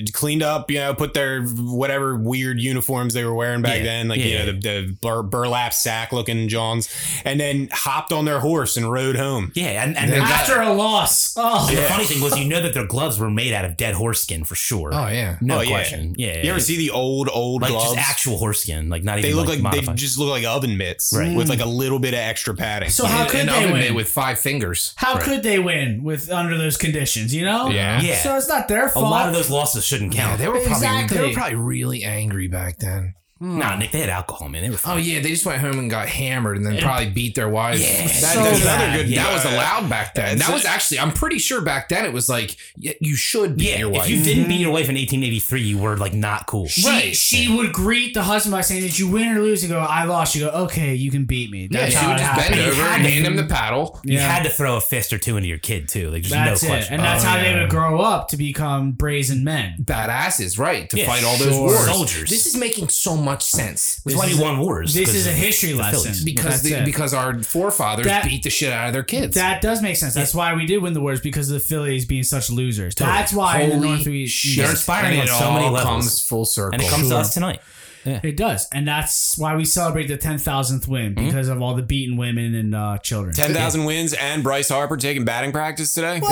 uh, cleaned up, you know, put their whatever weird uniforms they were wearing back
Yeah.
then, like
Yeah.
you know the, the bur- burlap sack looking Johns, and then hopped on their horse and rode home.
Yeah, and, and
Yeah.
after a loss. Oh,
the funny thing was, you know that their gloves were made out of dead horse skin for sure.
Oh yeah.
No
Oh, yeah.
question. Yeah.
You ever see the old old
like
gloves?
just actual horse skin, like not
they
even
look
like,
like, they
modified.
just look like oven mitts
Right.
with like a little bit of extra padding.
so how could
and
they
oven
win?
mitt with five fingers.
how could they win with under those conditions? You know?
Yeah.
Yeah.
So it's not their
a
fault.
lot of those losses shouldn't
Yeah,
count.
they were probably
Exactly.
they were probably really angry back then.
nah, Nick, they had alcohol, man. They were fine.
Oh yeah, they just went home and got hammered, and then probably beat their wives.
Yeah.
that,
So
that's
bad.
another good.
Yeah.
That was allowed back then.
That's
that
a-
was actually. I'm pretty sure back then it was like y- you should beat
yeah,
your wife.
if you didn't beat your wife in 1883, you were like not cool.
She, she would greet the husband by saying, "Did you win or lose?" You go, "I lost." You go, "Okay, you can beat me."
yeah,
That's
she
how
would
it
just
happened.
bend
You
over,
had to-
hand him the paddle.
You
Yeah.
had to throw a fist or two into your kid too. Like, there's
That's
no
it,
question.
and that's
Oh,
how
yeah.
they would grow up to become brazen men.
badasses, right? To
Yeah,
fight all those
sure.
wars.
Soldiers.
This is making so much sense
That's why we won wars.
this
because
is a
of
history
the
lesson.
Phillies.
because
That's
they,
it.
because our forefathers
That-
beat the shit out of their kids.
That does make sense. That's why we did win the wars because of the Phillies being such losers. That's why in the
Holy
Northeast,
shit.
They're inspiring
And
on
it
so many
all
levels.
comes full circle.
And it comes to us tonight.
it does, and that's why we celebrate the ten thousandth win
Mm-hmm.
because of all the beaten women and uh, children.
ten thousand wins and Bryce Harper taking batting practice today.
Whoa!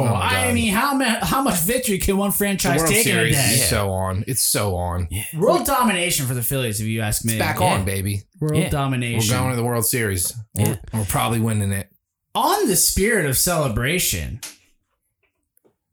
Oh my
I
God.
mean, how ma- how much victory can one
The
franchise
World
take in a
Series
day?
is so on. It's so on.
World domination for the Phillies, if you ask me.
It's back
Yeah.
on, baby.
World
Yeah.
We're
domination.
going to the World Series.
Yeah.
We're, we're probably winning it.
on the spirit of celebration,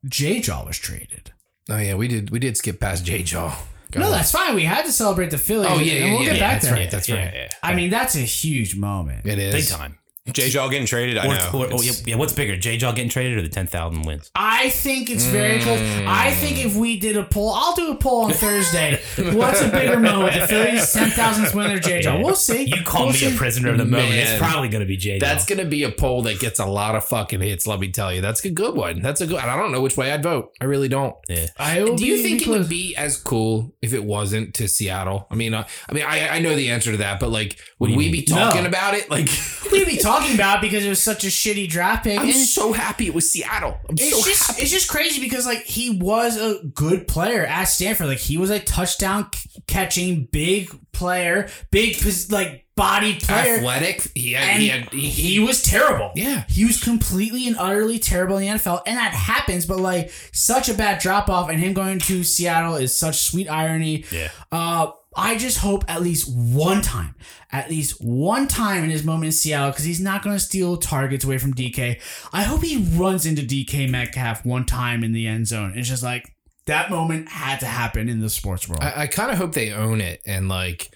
J Jaw was traded.
Oh yeah, we did. We did skip past J Jaw.
No, that's fine. We had to celebrate the Phillies.
Oh, yeah,
and
yeah,
we'll
yeah,
get
yeah,
back
that's
there.
right, that's
Yeah,
right.
yeah,
I mean, that's a huge moment.
It
Big
is.
time.
Jay Jaw getting traded. I
Or,
know.
or- or- yeah,
It's-
yeah, what's bigger, J Jaw getting traded or the 10,000 wins?
I think it's very close. I think if we did a poll, I'll do a poll on Thursday. What's a bigger moment, the Phillies' 10,000th win or J Jaw? We'll see.
You call
We'll
me
see.
a prisoner of the moment. It's
Man.
probably going to be J Jaw.
That's gonna be a poll that gets a lot of fucking hits. Let me tell you, that's a good one. That's a good. And I don't know which way I'd vote. I really don't.
yeah.
I will
Do you
be
think it
close.
would be as cool if it wasn't to uh, Seattle? I mean, I, I mean, I, I know the answer to that, but like, would
do you
we
mean?
be talking
No.
about it? Like,
We'd be talking about because it was such a shitty draft pick.
I'm
And
so happy it was Seattle. I'm
it's
so
just
happy.
it's just crazy because like he was a good player at Stanford. Like he was a touchdown c- catching big player, big pos- like body player.
athletic. He had,
And
he had he,
he was terrible.
Yeah.
He was completely and utterly terrible in the NFL, and that happens, but like such a bad drop off, and him going to Seattle is such sweet irony.
Yeah.
Uh I just hope at least one time, at least one time in his moment in Seattle, because he's not going to steal targets away from DK. I hope he runs into DK Metcalf one time in the end zone. It's just like that moment had to happen in the sports world.
I, I kind of hope they own it and like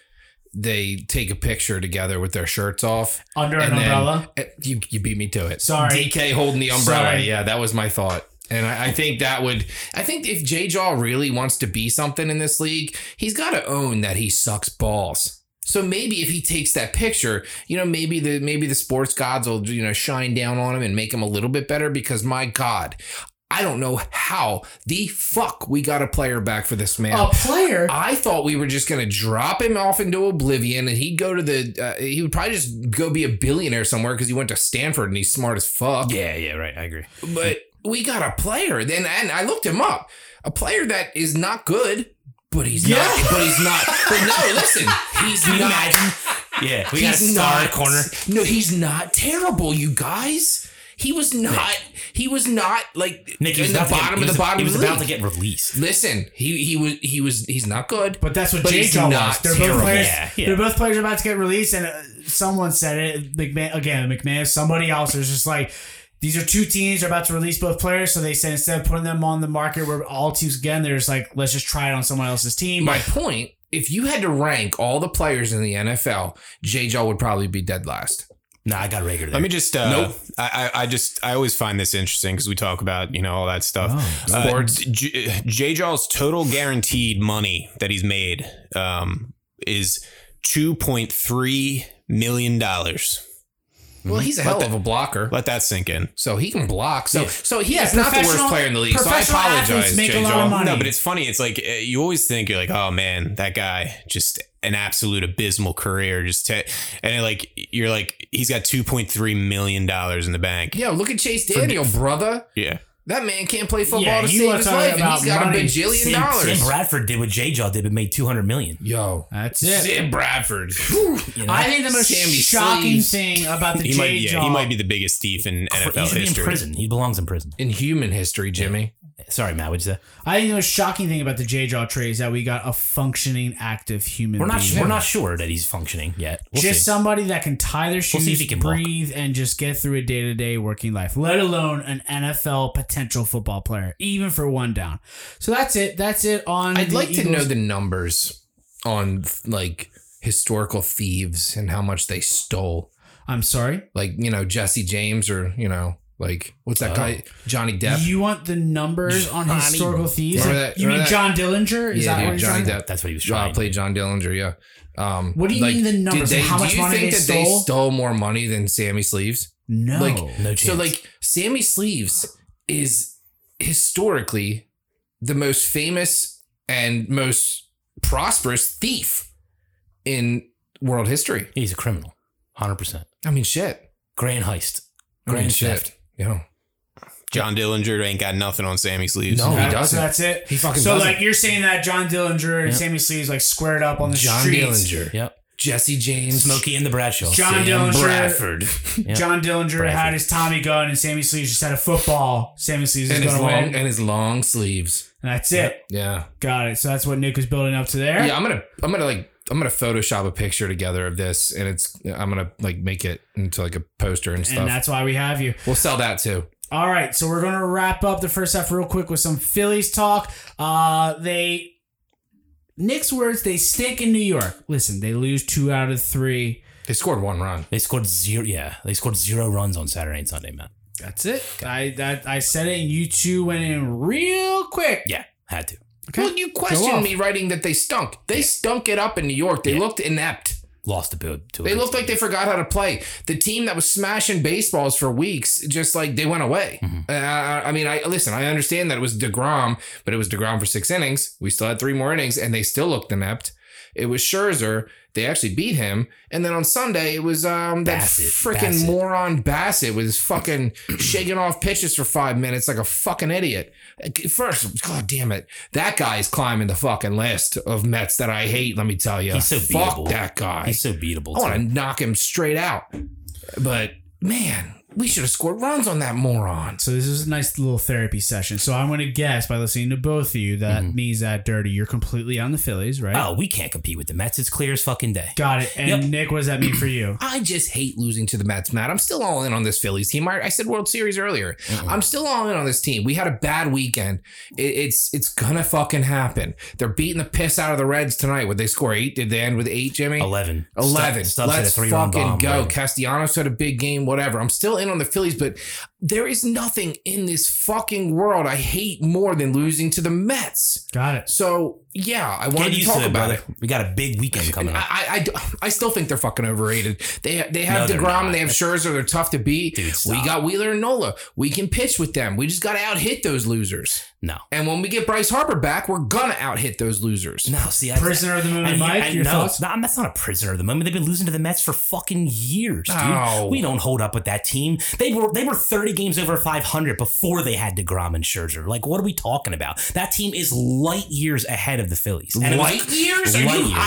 they take a picture together with their shirts off.
Under an
and then-
umbrella.
eh, you you beat me to it.
Sorry.
DK holding the umbrella.
Sorry.
Yeah, that was my thought. And I, I think that would. I think if J Jaw really wants to be something in this league, he's got to own that he sucks balls. So maybe if he takes that picture, you know, maybe the maybe the sports gods will you know shine down on him and make him a little bit better. Because my God, I don't know how the fuck we got a player back for this man.
a player.
I thought we were just gonna drop him off into oblivion, and he'd go to the. Uh, he would probably just go be a billionaire somewhere because he went to Stanford and he's smart as fuck.
Yeah, yeah, right. I agree.
But we got a player. Then and I looked him up. A player that is not good, but he's
Yeah.
not. But he's not. But no, listen, he's
Can you
not.
imagine? Yeah, we got a
he's
star corner.
No, he's not terrible. You guys. He was not. He was not like
Nick, he was
in the
about to get-
bottom
he
of
was-
the bottom.
He
of
was
the
about to
league.
get released.
Listen, he he was he was he's not good.
But that's what
But
Jay
he's
Jaw
not
was. They're both
terrible.
players.
Yeah, yeah.
They're both players about to get released, and uh, someone said it. McMahon again, McMahon, somebody else is just like. These are two teams that are about to release both players, so they said instead of putting them on the market where all teams again, they're just like, let's just try it on someone else's team.
My point, if you had to rank all the players in the NFL, J. Jaw would probably be dead last.
Nah, I got Rager there.
Let me just. Uh,
Nope.
I, I I just I always find this interesting because we talk about you know all that stuff.
Oh,
Uh,
sports.
J- J. Jaw's total guaranteed money that he's made um, is two point three million dollars.
Well, he's a hell
the-
of a blocker.
Let that sink in.
So he can block. So so he
Yeah,
is not the worst
professional-
player in the league. So I
professional athletes
apologize,
make a
J.
lot of
Jaw.
money.
No, but it's funny. It's like uh, you always think you're like, oh man, that guy just an absolute abysmal career. Just te-. and like you're like he's got two point three million dollars in the bank.
Yeah, look at Chase Daniel, brother.
Yeah.
That man can't play football
Yeah,
to
you
save
wanna
his
talk
life, and
about
he's got
money.
a bajillion
Sam,
dollars.
Sam Bradford did what J Jaw did, but made two hundred million.
Yo,
That's it.
Sam Bradford.
You know?
I think the most
Sammy
shocking
sleeves.
thing about the
He might,
Jay
yeah,
Jaw,
he might be the biggest thief in
he
NFL
should be in
history.
prison. He belongs in prison.
In human history, Jimmy.
Sorry, Matt. What'd you say?
I think the most shocking thing about the Jay Jaw trade is that we got a functioning, active human.
We're not.
being.
We're not sure that he's functioning yet. We'll
just
see.
somebody that can tie their
We'll
shoes,
see if he can walk.
breathe, and just get through a day to day working life, let alone an NFL potential football player, even for one down. So that's it. That's it on.
I'd
the
like to
Eagles.
know the numbers on like historical thieves and how much they stole.
I'm sorry.
Like, you know, Jesse James or, you know, like what's that
Oh.
guy? Johnny Depp.
You want the numbers on
Johnny-
historical thieves?
Remember
Like,
that-
you mean
remember
John Dillinger? Is
Yeah,
that
dude,
what you're
Johnny
trying?
Depp.
That's what he was
I
trying.
Uh, played John Dillinger. Yeah. Um,
What do you mean the numbers?
Did they,
How much
do you
money
think
they
that they
stole?
stole more money than Sammy Sleeves?
No.
Like,
No chance.
So like Sammy Sleeves is historically the most famous and most prosperous thief in world history.
he's a criminal, hundred percent.
I mean, shit.
Grand heist.
I mean,
Grand
shit.
theft.
Yeah.
John Dillinger ain't got nothing on Sammy sleeves.
No.
Okay,
oh, he doesn't.
So that's it.
He fucking
so
doesn't.
like you're saying that John Dillinger and
Yeah.
Sammy Sleeves like squared up on the
John
streets.
Dillinger.
Yep.
Jesse James.
Smokey and the Bradshaw.
John Dillinger.
Bradford.
Yeah.
John Dillinger
Bradford.
had his Tommy gun, and Sammy Sleeves just had a football. Sammy Sleeves is
and his
going to
long
win,
and his long sleeves.
and that's it.
Yeah.
Got it. So that's what Nick was building up to there.
Yeah, I'm gonna I'm gonna like I'm gonna Photoshop a picture together of this, and it's I'm gonna like make it into like a poster and
and
stuff.
that's why we have you.
we'll sell that too.
All right, so we're gonna wrap up the first half real quick with some Phillies talk. Uh, they Nick's words they stink in New York. Listen, they lose two out of three.
They scored one run.
They scored zero. Yeah, they scored zero runs on Saturday and Sunday, man.
That's it. I that I said it, and you two went in real quick.
Yeah, had to.
Okay.
Well, you
Go off.
questioned me writing that they stunk. They stunk it up in New York. They
Yeah.
looked inept.
Lost to Bill. To a
They
good
looked like they forgot how to play. The team that was smashing baseballs for weeks, just like they went away.
Mm-hmm.
Uh, I mean, I listen. I understand that it was Degrom, but it was Degrom for six innings. We still had three more innings, and they still looked inept. It was Scherzer. They actually beat him. And then on Sunday, it was um that
Bassett.
freaking
Bassett.
moron Bassett with his fucking shaking off pitches for five minutes like a fucking idiot. First, god damn it. That guy is climbing the fucking list of Mets that I hate, let me tell you.
He's so
Fuck
beatable.
that guy.
He's so beatable.
I want to
too.
knock him straight out. But man, we should have scored runs on that moron.
So this is a nice little therapy session. So I'm going to guess by listening to both of you that means that Dirty, you're completely on the Phillies, right?
Mm-hmm. Oh, we can't compete with the Mets. It's clear as fucking day.
Got it. And
Yep.
Nick, what does that mean for you?
I just hate losing to the Mets, Matt. I'm still all in on this Phillies team. I, I said World Series earlier. I'm still all in on this team. We had a bad weekend. It, it's it's gonna fucking happen. They're beating the piss out of the Reds tonight. Would they score eight? Did they end with eight, Jimmy?
11.
11.
Stubbs- Stubbs hit a
Let's
three-run
fucking
bomb,
go.
right?
Castellanos had a big game, whatever. I'm still in on the Phillies, but there is nothing in this fucking world I hate more than losing to the Mets.
Got it.
So, yeah, I
Get
wanted to
used
talk
to it,
about
brother.
it.
We got a big weekend coming up.
I, I- I d- I still think they're fucking overrated. They they have
No, they're
Degrom and
not.
they have Scherzer. They're tough to beat.
Dude, stop.
we got Wheeler and Nola. We can pitch with them. We just got to out hit those losers.
No.
And when we get Bryce Harper back, we're gonna out hit those losers.
No, see, I,
Prisoner of the Moon,
I,
Mike,
I,
your
no,
thoughts?
it's not, that's not a prisoner of the moment. They've been losing to the Mets for fucking years, dude.
No.
We don't hold up with that team. They were they were thirty games over five hundred before they had Degrom and Scherzer. Like, what are we talking about? That team is light years ahead of the Phillies. And it was-
Light years? Are you
light years. And it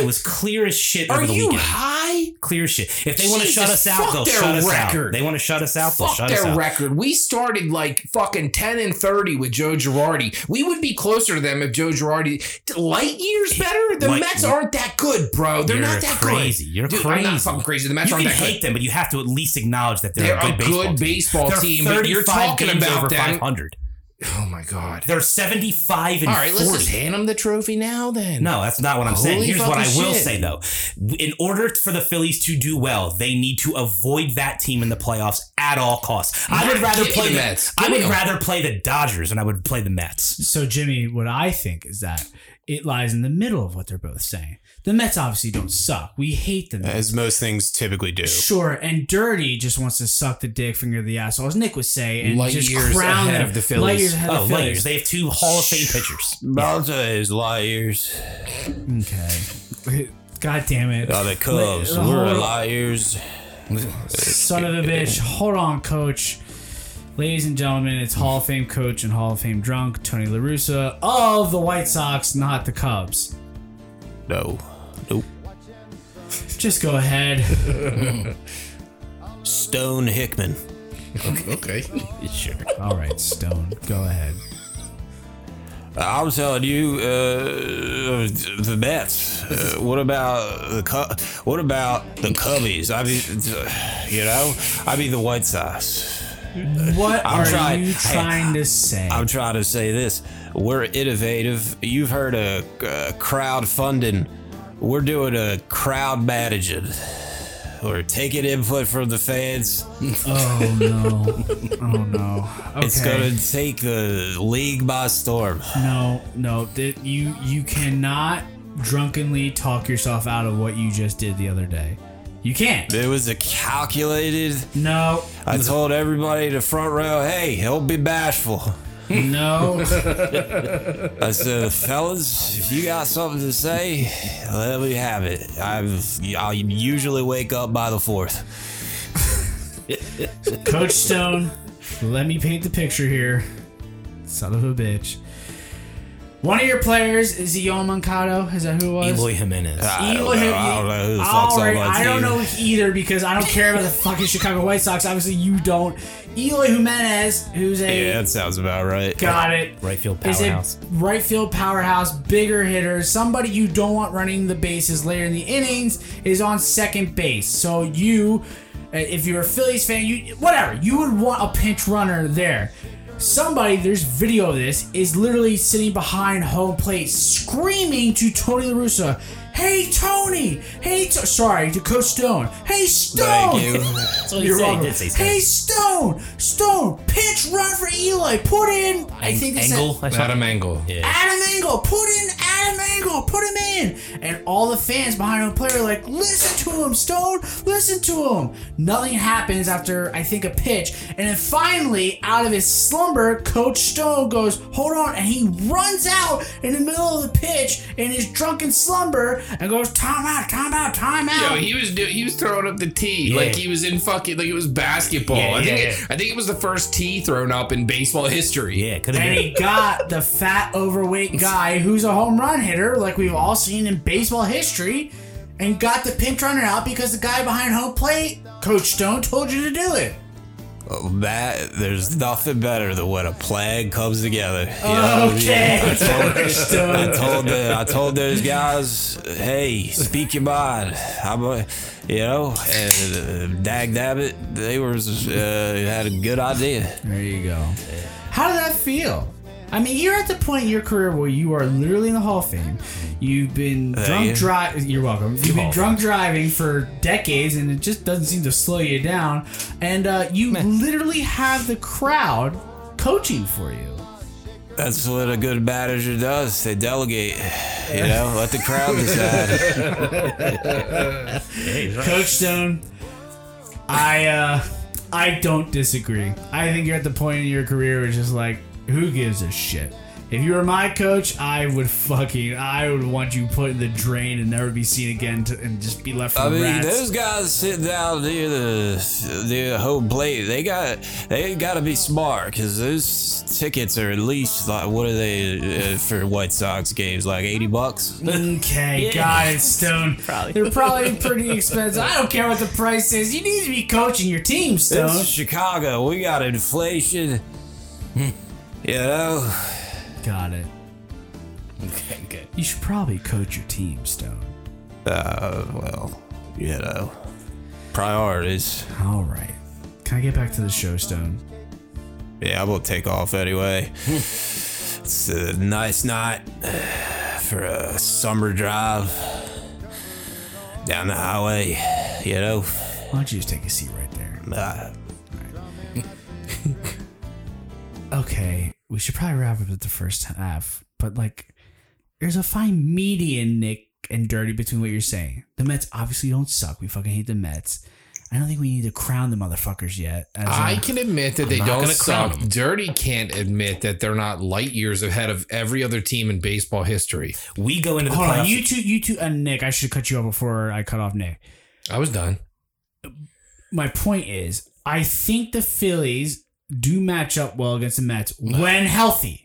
high?
was clear as shit
Are
over the
you
weekend.
high?
Clear as shit. If they want to
Jesus,
shut us out,
fuck
they'll
their
shut us
record.
out. They want to shut us out, they'll
Fuck
shut us
their
out.
record. We started like fucking ten and thirty with Joe Girardi. We would be closer to them if Joe Girardi light years better. The
Light-
Mets aren't that good, bro. They're
You're
not that good.
crazy. You're
Dude,
crazy.
I'm not fucking crazy. The Mets
you
aren't
can
that good.
hate them, but you have to at least acknowledge that they're,
They're
a good
baseball
baseball team. They're
team, but you're
35
talking
games
about
over
them.
500.
Oh my god!
They're 75 and
All right, let's
40.
just hand them the trophy now. Then
no, that's not what I'm saying.
Holy
Here's what I
fucking
will
shit.
say though. In order for the Phillies to do well, they need to avoid that team in the playoffs at all costs. I would
Nah,
rather
give me
play
the Mets.
I
Give me
would
them.
rather play the Dodgers than I would play the Mets.
So, Jimmy, what I think is that it lies in the middle of what they're both saying. The Mets obviously don't suck. We hate the Mets.
as most things typically do.
Sure, and Dirty just wants to suck the dick, finger the asshole, as Nick was saying, and
Light
just
years
crown
ahead
them.
of the Phillies.
Light years ahead
Oh,
of the
Lakers.
Phillies.
They have two Hall of Fame pitchers.
Balza is liars.
okay. God damn it.
Oh, the Cubs,
Hold
we're
on.
liars.
Son of a bitch. Hold on, coach. Ladies and gentlemen, it's Hall of Fame coach and Hall of Fame drunk, Tony LaRussa of the White Sox, not the Cubs.
No. Nope.
Just go ahead.
Stone Hickman.
okay.
Sure.
All right, Stone, go ahead.
I'm telling you, uh, the Mets. Uh, what about the Cu- What about the Cubbies? I mean, uh, you know, I mean the White Sox.
What
I'm
are
trying-
you
hey,
trying to say?
I'm trying to say this: we're innovative. You've heard of uh, crowdfunding. We're doing a crowd managing. We're taking input from the fans.
oh no! Oh no! Okay.
It's going to take the league by storm.
No, no, that you you cannot drunkenly talk yourself out of what you just did the other day. You can't.
It was a calculated.
No,
I told everybody in the front row, hey, don't be bashful.
no.
I said, uh, fellas, if you got something to say, let me have it. I've, I usually wake up by the fourth.
Coach Stone, let me paint the picture here. Son of a bitch. One of your players is Ion Mancado. Is that who it was?
Eloy Jimenez.
I don't, know,
Eloy-
I don't know who the fuck's
All
on
right,
my team.
I don't know either because I don't care about the fucking Chicago White Sox. Obviously, you don't. Eloy Jimenez, who's a
Yeah, that sounds about right.
got it.
right field
is a
powerhouse.
right field powerhouse, bigger hitter, somebody you don't want running the bases later in the innings is on second base. So you, uh, if you're a Phillies fan, you whatever you would want a pinch runner there. Somebody, there's video of this, is literally sitting behind home plate screaming to Tony La Russa, "Hey Tony, hey, To-" sorry to Coach Stone, hey Stone."
Thank you.
That's what he
You're
said. He
wrong.
did say something.
Hey Stone, Stone, pitch run for Eli. Put in. I think they said-
Angle. I saw-
Adam Engel.
Yeah.
Adam Angle, put in Adam Angle, put him in. in, and all the fans behind home player are like, listen to him, Stone, listen to him. Nothing happens after I think a pitch, and then finally, out of his slumber, Coach Stone goes, hold on, and he runs out in the middle of the pitch in his drunken slumber and goes, time out, time out, time out.
Yo, he was do- he was throwing up the tee
Yeah.
like he was in fucking like it was basketball.
Yeah,
I think
yeah,
it,
yeah.
I think it was the first tee thrown up in baseball history.
Yeah, could have
and he
been.
got the fat overweight guy who's a home run hitter like we've all seen in baseball history and got the pinch runner out because the guy behind home plate coach stone told you to do it
That there's nothing better than when a plan comes together. You
Okay,
what I mean? I
understood.
told, I told the, I told those guys, hey, speak your mind. I'm a, you know, and uh, dag nabbit, they was uh, had a good idea.
there you go how did that feel i mean you're at the point in your career where you are literally in the hall of fame you've been drunk
you.
driving you're welcome you've
Hall
been
of
drunk driving for decades and it just doesn't seem to slow you down and uh, you literally have the crowd coaching for you
That's what a good manager does. They delegate, you know, let the crowd decide.
Hey, he's right.
Coach Stone, I uh, I don't disagree. I think you're at the point in your career where it's just like, who gives a shit? If you were my coach, I would fucking, I would want you put in the drain and never be seen again, to, and just be left for
I
the
mean,
rats.
those guys sitting down near the near the home plate, they got they got to be smart because those tickets are at least like what are they uh, for White Sox games? Like eighty bucks.
Okay, got it, Stone. They're probably pretty expensive. I don't care what the price is. You need to be coaching your team, Stone.
It's Chicago. We got inflation. you know,
Got it.
Okay, good.
You should probably coach your team, Stone.
uh, well, you know, priorities.
All right. Can I get back to the show, Stone?
Yeah, I will take off anyway. it's a nice night for a summer drive down the highway. You know,
Why don't you just take a seat right there?
uh,
okay, we should probably wrap up at the first half, but like, there's a fine median, Nick and Dirty, between what you're saying. The Mets obviously don't suck. We fucking hate the Mets. I don't think we need to crown the motherfuckers yet. As
I
in-
can admit that they
not
don't
gonna crown
suck.
him.
Dirty can't admit that they're not light years ahead of every other team in baseball history.
We go into the
hold on,
playoffs.
you two, you two, and Nick. I should cut you off before I cut off Nick.
I was done.
my point is, I think the Phillies do match up well against the Mets when healthy.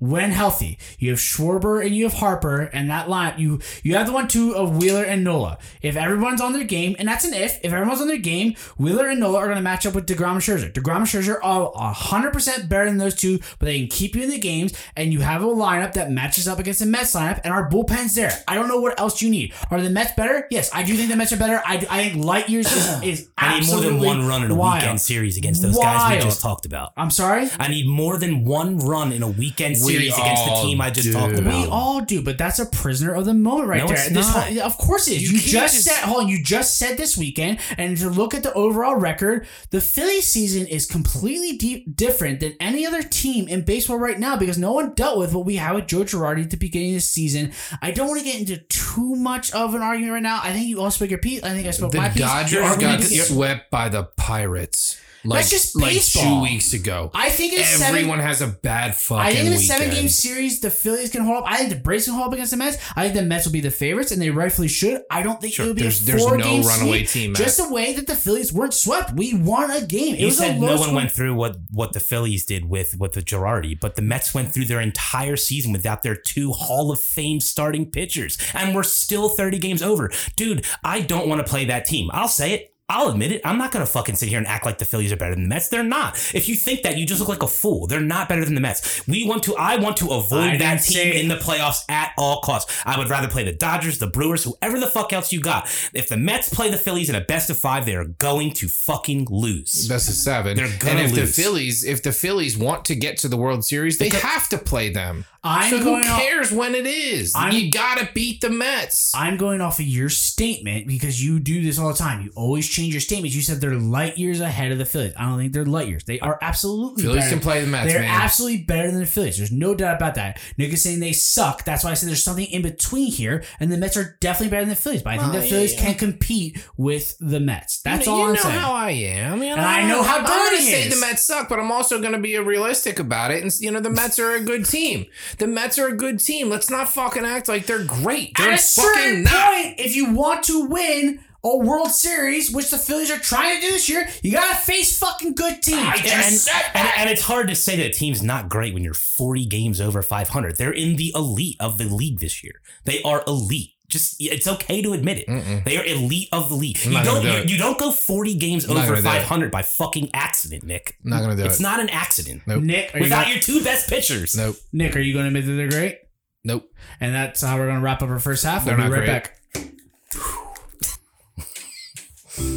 When healthy, you have Schwarber and you have Harper, and that lineup you you have the one two of Wheeler and Nola. If everyone's on their game, and that's an if. If everyone's on their game, Wheeler and Nola are going to match up with Degrom and Scherzer. Degrom and Scherzer are hundred percent better than those two, but they can keep you in the games, and you have a lineup that matches up against the Mets lineup, and our bullpen's there. I don't know what else you need. Are the Mets better? Yes, I do think the Mets are better. I, I think light years is, is
I need more than
absolutely
one run in a
wild.
weekend series against those guys we
Wild.
just talked about.
I'm sorry.
I need more than one run in a weekend
We
series against the
all
team I just
do.
talked
We
about.
We all do, but that's a prisoner of the moment right
No,
there.
it's
This
not.
whole- of course it is.
You
You,
can't
just
just-
said hold on, you just said this weekend, and if you look at the overall record, the Phillies season is completely de- different than any other team in baseball right now because no one dealt with what we had with Joe Girardi at the beginning of the season. I don't want to get into too much of an argument right now. I think you all spoke your piece. I think I spoke my
The
piece. Your
Dodgers
argument
got
is-
swept by the Pirates. Like,
just
like
baseball.
two weeks ago.
I think it's seven.
Everyone has a bad fucking
I think in the
weekend.
seven game series, the Phillies can hold up. I think the Braves can hold up against the Mets. I think the Mets will be the favorites, and they rightfully should. I don't think it would be
There's-
a
there's
four
no
game
runaway
sweep.
team, Matt.
Just the way that the Phillies weren't swept, we won a game. It
you
was
said
a low
no one
scoring-
went through what, what the Phillies did with with the Girardi, but the Mets went through their entire season without their two Hall of Fame starting pitchers, and we're still thirty games over. Dude, I don't want to play that team. I'll say it. I'll admit it. I'm not going to fucking sit here and act like the Phillies are better than the Mets. They're not. If you think that, you just look like a fool. They're not better than the Mets. We want to. I want to
I
avoid that
didn't
team
say-
in the playoffs at all costs. I would rather play the Dodgers, the Brewers, whoever the fuck else you got. If the Mets play the Phillies in a best of five, they are going to fucking lose.
Best of seven.
They're gonna
and if
lose.
the Phillies, if the Phillies want to get to the World Series, they have to play them.
I'm
so who
going off-
cares when it is?
I'm-
you gotta beat the Mets.
I'm going off of your statement because you do this all the time. You always change your statements. You said they're light years ahead of the Phillies. I don't think they're light years. They are absolutely
Phillies
better.
can play the Mets,
They're
man.
absolutely better than the Phillies. There's no doubt about that. Nick is saying they suck. That's why I said there's something in between here, and the Mets are definitely better than the Phillies. But I think
Well,
the Phillies
yeah.
can compete with the Mets. That's
you
all I'm
know
saying.
how I am. You know,
And I know how
I'm
good
gonna
it
say
is.
the Mets suck, but I'm also going to be realistic about it. And you know, the Mets are a good team. The Mets are a good team. Let's not fucking act like they're great. They're
At a
fucking
certain
not.
point, if you want to win a World Series, which the Phillies are trying to do this year, you gotta face fucking good teams.
and, and, and it's hard to say that a team's not great when you're 40 games over 500. They're in the elite of the league this year. They are elite. Just it's okay to admit it.
Mm-mm.
They are elite of the league.
I'm
you
not
don't
gonna do
you,
it.
you don't go 40 games
I'm not
over
gonna do it.
500 by fucking accident, Nick.
Not gonna do
it's
it.
not an accident.
Nope.
Nick, are you
Without
gonna-
your two best pitchers.
Nope.
Nick, are you gonna admit that they're great?
Nope.
And that's how we're gonna wrap up our first half.
They're
we'll be
not
right
great.
back.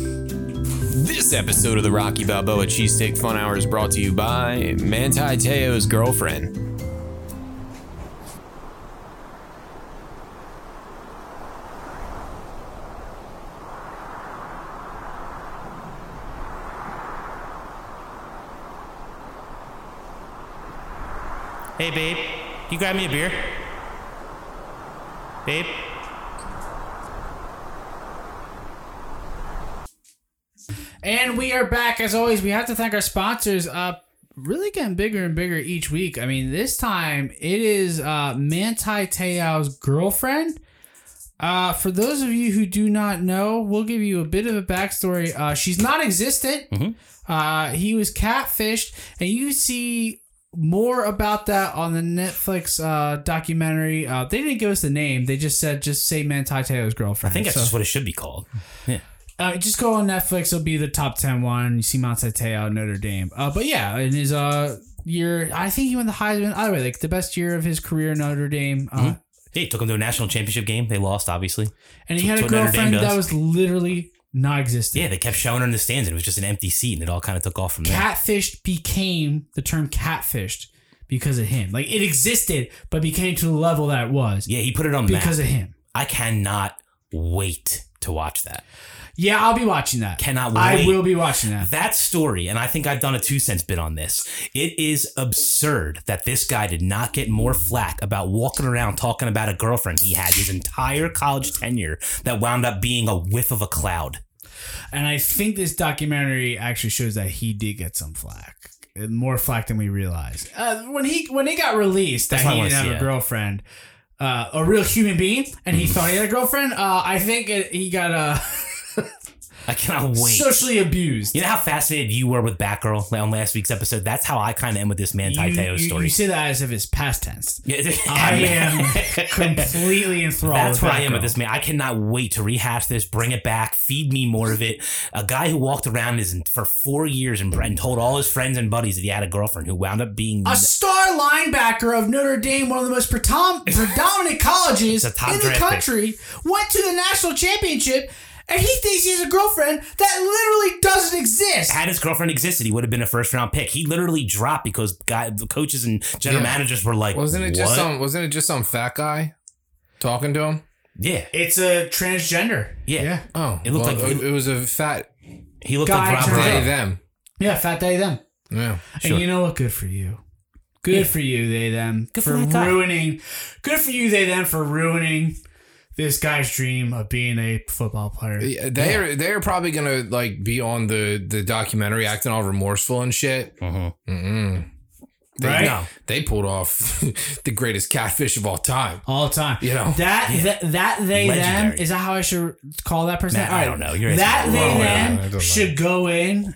This episode of the Rocky Balboa Cheesesteak Fun Hour is brought to you by Manti Teo's girlfriend.
Hey babe, you grab me a beer? Babe?
And we are back. As always, we have to thank our sponsors. Uh, really getting bigger and bigger each week. I mean, this time it is uh, Manti Teo's girlfriend. Uh, for those of you who do not know, we'll give you a bit of a backstory. Uh, she's not existent.
Mm-hmm.
Uh, he was catfished, and you can see more about that on the Netflix uh, documentary. Uh, they didn't give us the name; they just said, "Just say Manti Teo's girlfriend."
I think that's
So-
just what it should be called.
uh, just go on Netflix. It'll be the top ten one. You see Monte Teo, Notre Dame. Uh, but yeah, in his uh year, I think he won the Heisman. Either way, like the best year of his career, Notre Dame. Uh,
Hmm? Hey, took them to a national championship game. They lost, obviously.
And he had
That's
a
what Notre Dame
girlfriend that was
does.
literally non-existent.
Yeah, they kept showing her in the stands, and it was just an empty seat, and it all kind of took off from there.
Catfished became the term catfished because of him. Like it existed, but became to the level that it was
Yeah, he put it on the
because
map.
of him.
I cannot wait to watch that.
Yeah, I'll be watching that.
Cannot
I
wait.
will be watching that.
That story, and I think I've done a two cents bit on this. It is absurd that this guy did not get more flack about walking around talking about a girlfriend he had his entire college tenure that wound up being a whiff of a cloud.
And I think this documentary actually shows that he did get some flack, more flack than we realized. Uh, when he when he got released, that
That's why I
he
wanna
didn't
see
have a
it.
girlfriend, uh, a real human being, and
Mm-hmm.
he thought he had a girlfriend. Uh, I think it, he got uh,
I cannot wait.
socially abused.
you know how fascinated you were with Batgirl on last week's episode? That's how I kind of am with this man,
you,
Teo
you-
story.
you say that as if it's past tense.
Yeah.
I am completely enthralled.
That's
with
where I am
Batgirl.
with this man. I cannot wait to rehash this, bring it back, feed me more of it. A guy who walked around his, for four years and, and told all his friends and buddies that he had a girlfriend who wound up being
A star linebacker of Notre Dame, one of the most pretom- predominant colleges
It's a top
in the
draft pick.
country, went to the national championship, and he thinks he has a girlfriend that literally doesn't exist.
had his girlfriend existed, he would have been a first round pick. He literally dropped because guy, the coaches and general
Yeah.
managers were like,
Wasn't it just
"What?"
some? Wasn't it just some fat guy talking to him?
Yeah,
It's a transgender.
yeah.
Yeah.
Oh,
It looked like-
it, it was a fat
He looked
Guy
like Rob
turned
Ray.
they
Yeah.
them.
Yeah, fat they them.
Yeah.
Sure.
And you know what? Good for you. Good for you, they them.
Good for
for,
that guy.
ruining. Good for you, they them, for ruining this guy's dream of being a football player.
Yeah, They are they are probably gonna like be on the the documentary acting all remorseful and shit.
Mhm.
Mm-mm. They,
Right?
No.
They pulled off the greatest catfish of all time.
all the time.
You know.
that that, that they them
Legendary.
is that how I should call that person?
Matt,
All
I don't know. You're
that
asking
they
the wrong
guy. I
them
don't know.
should go in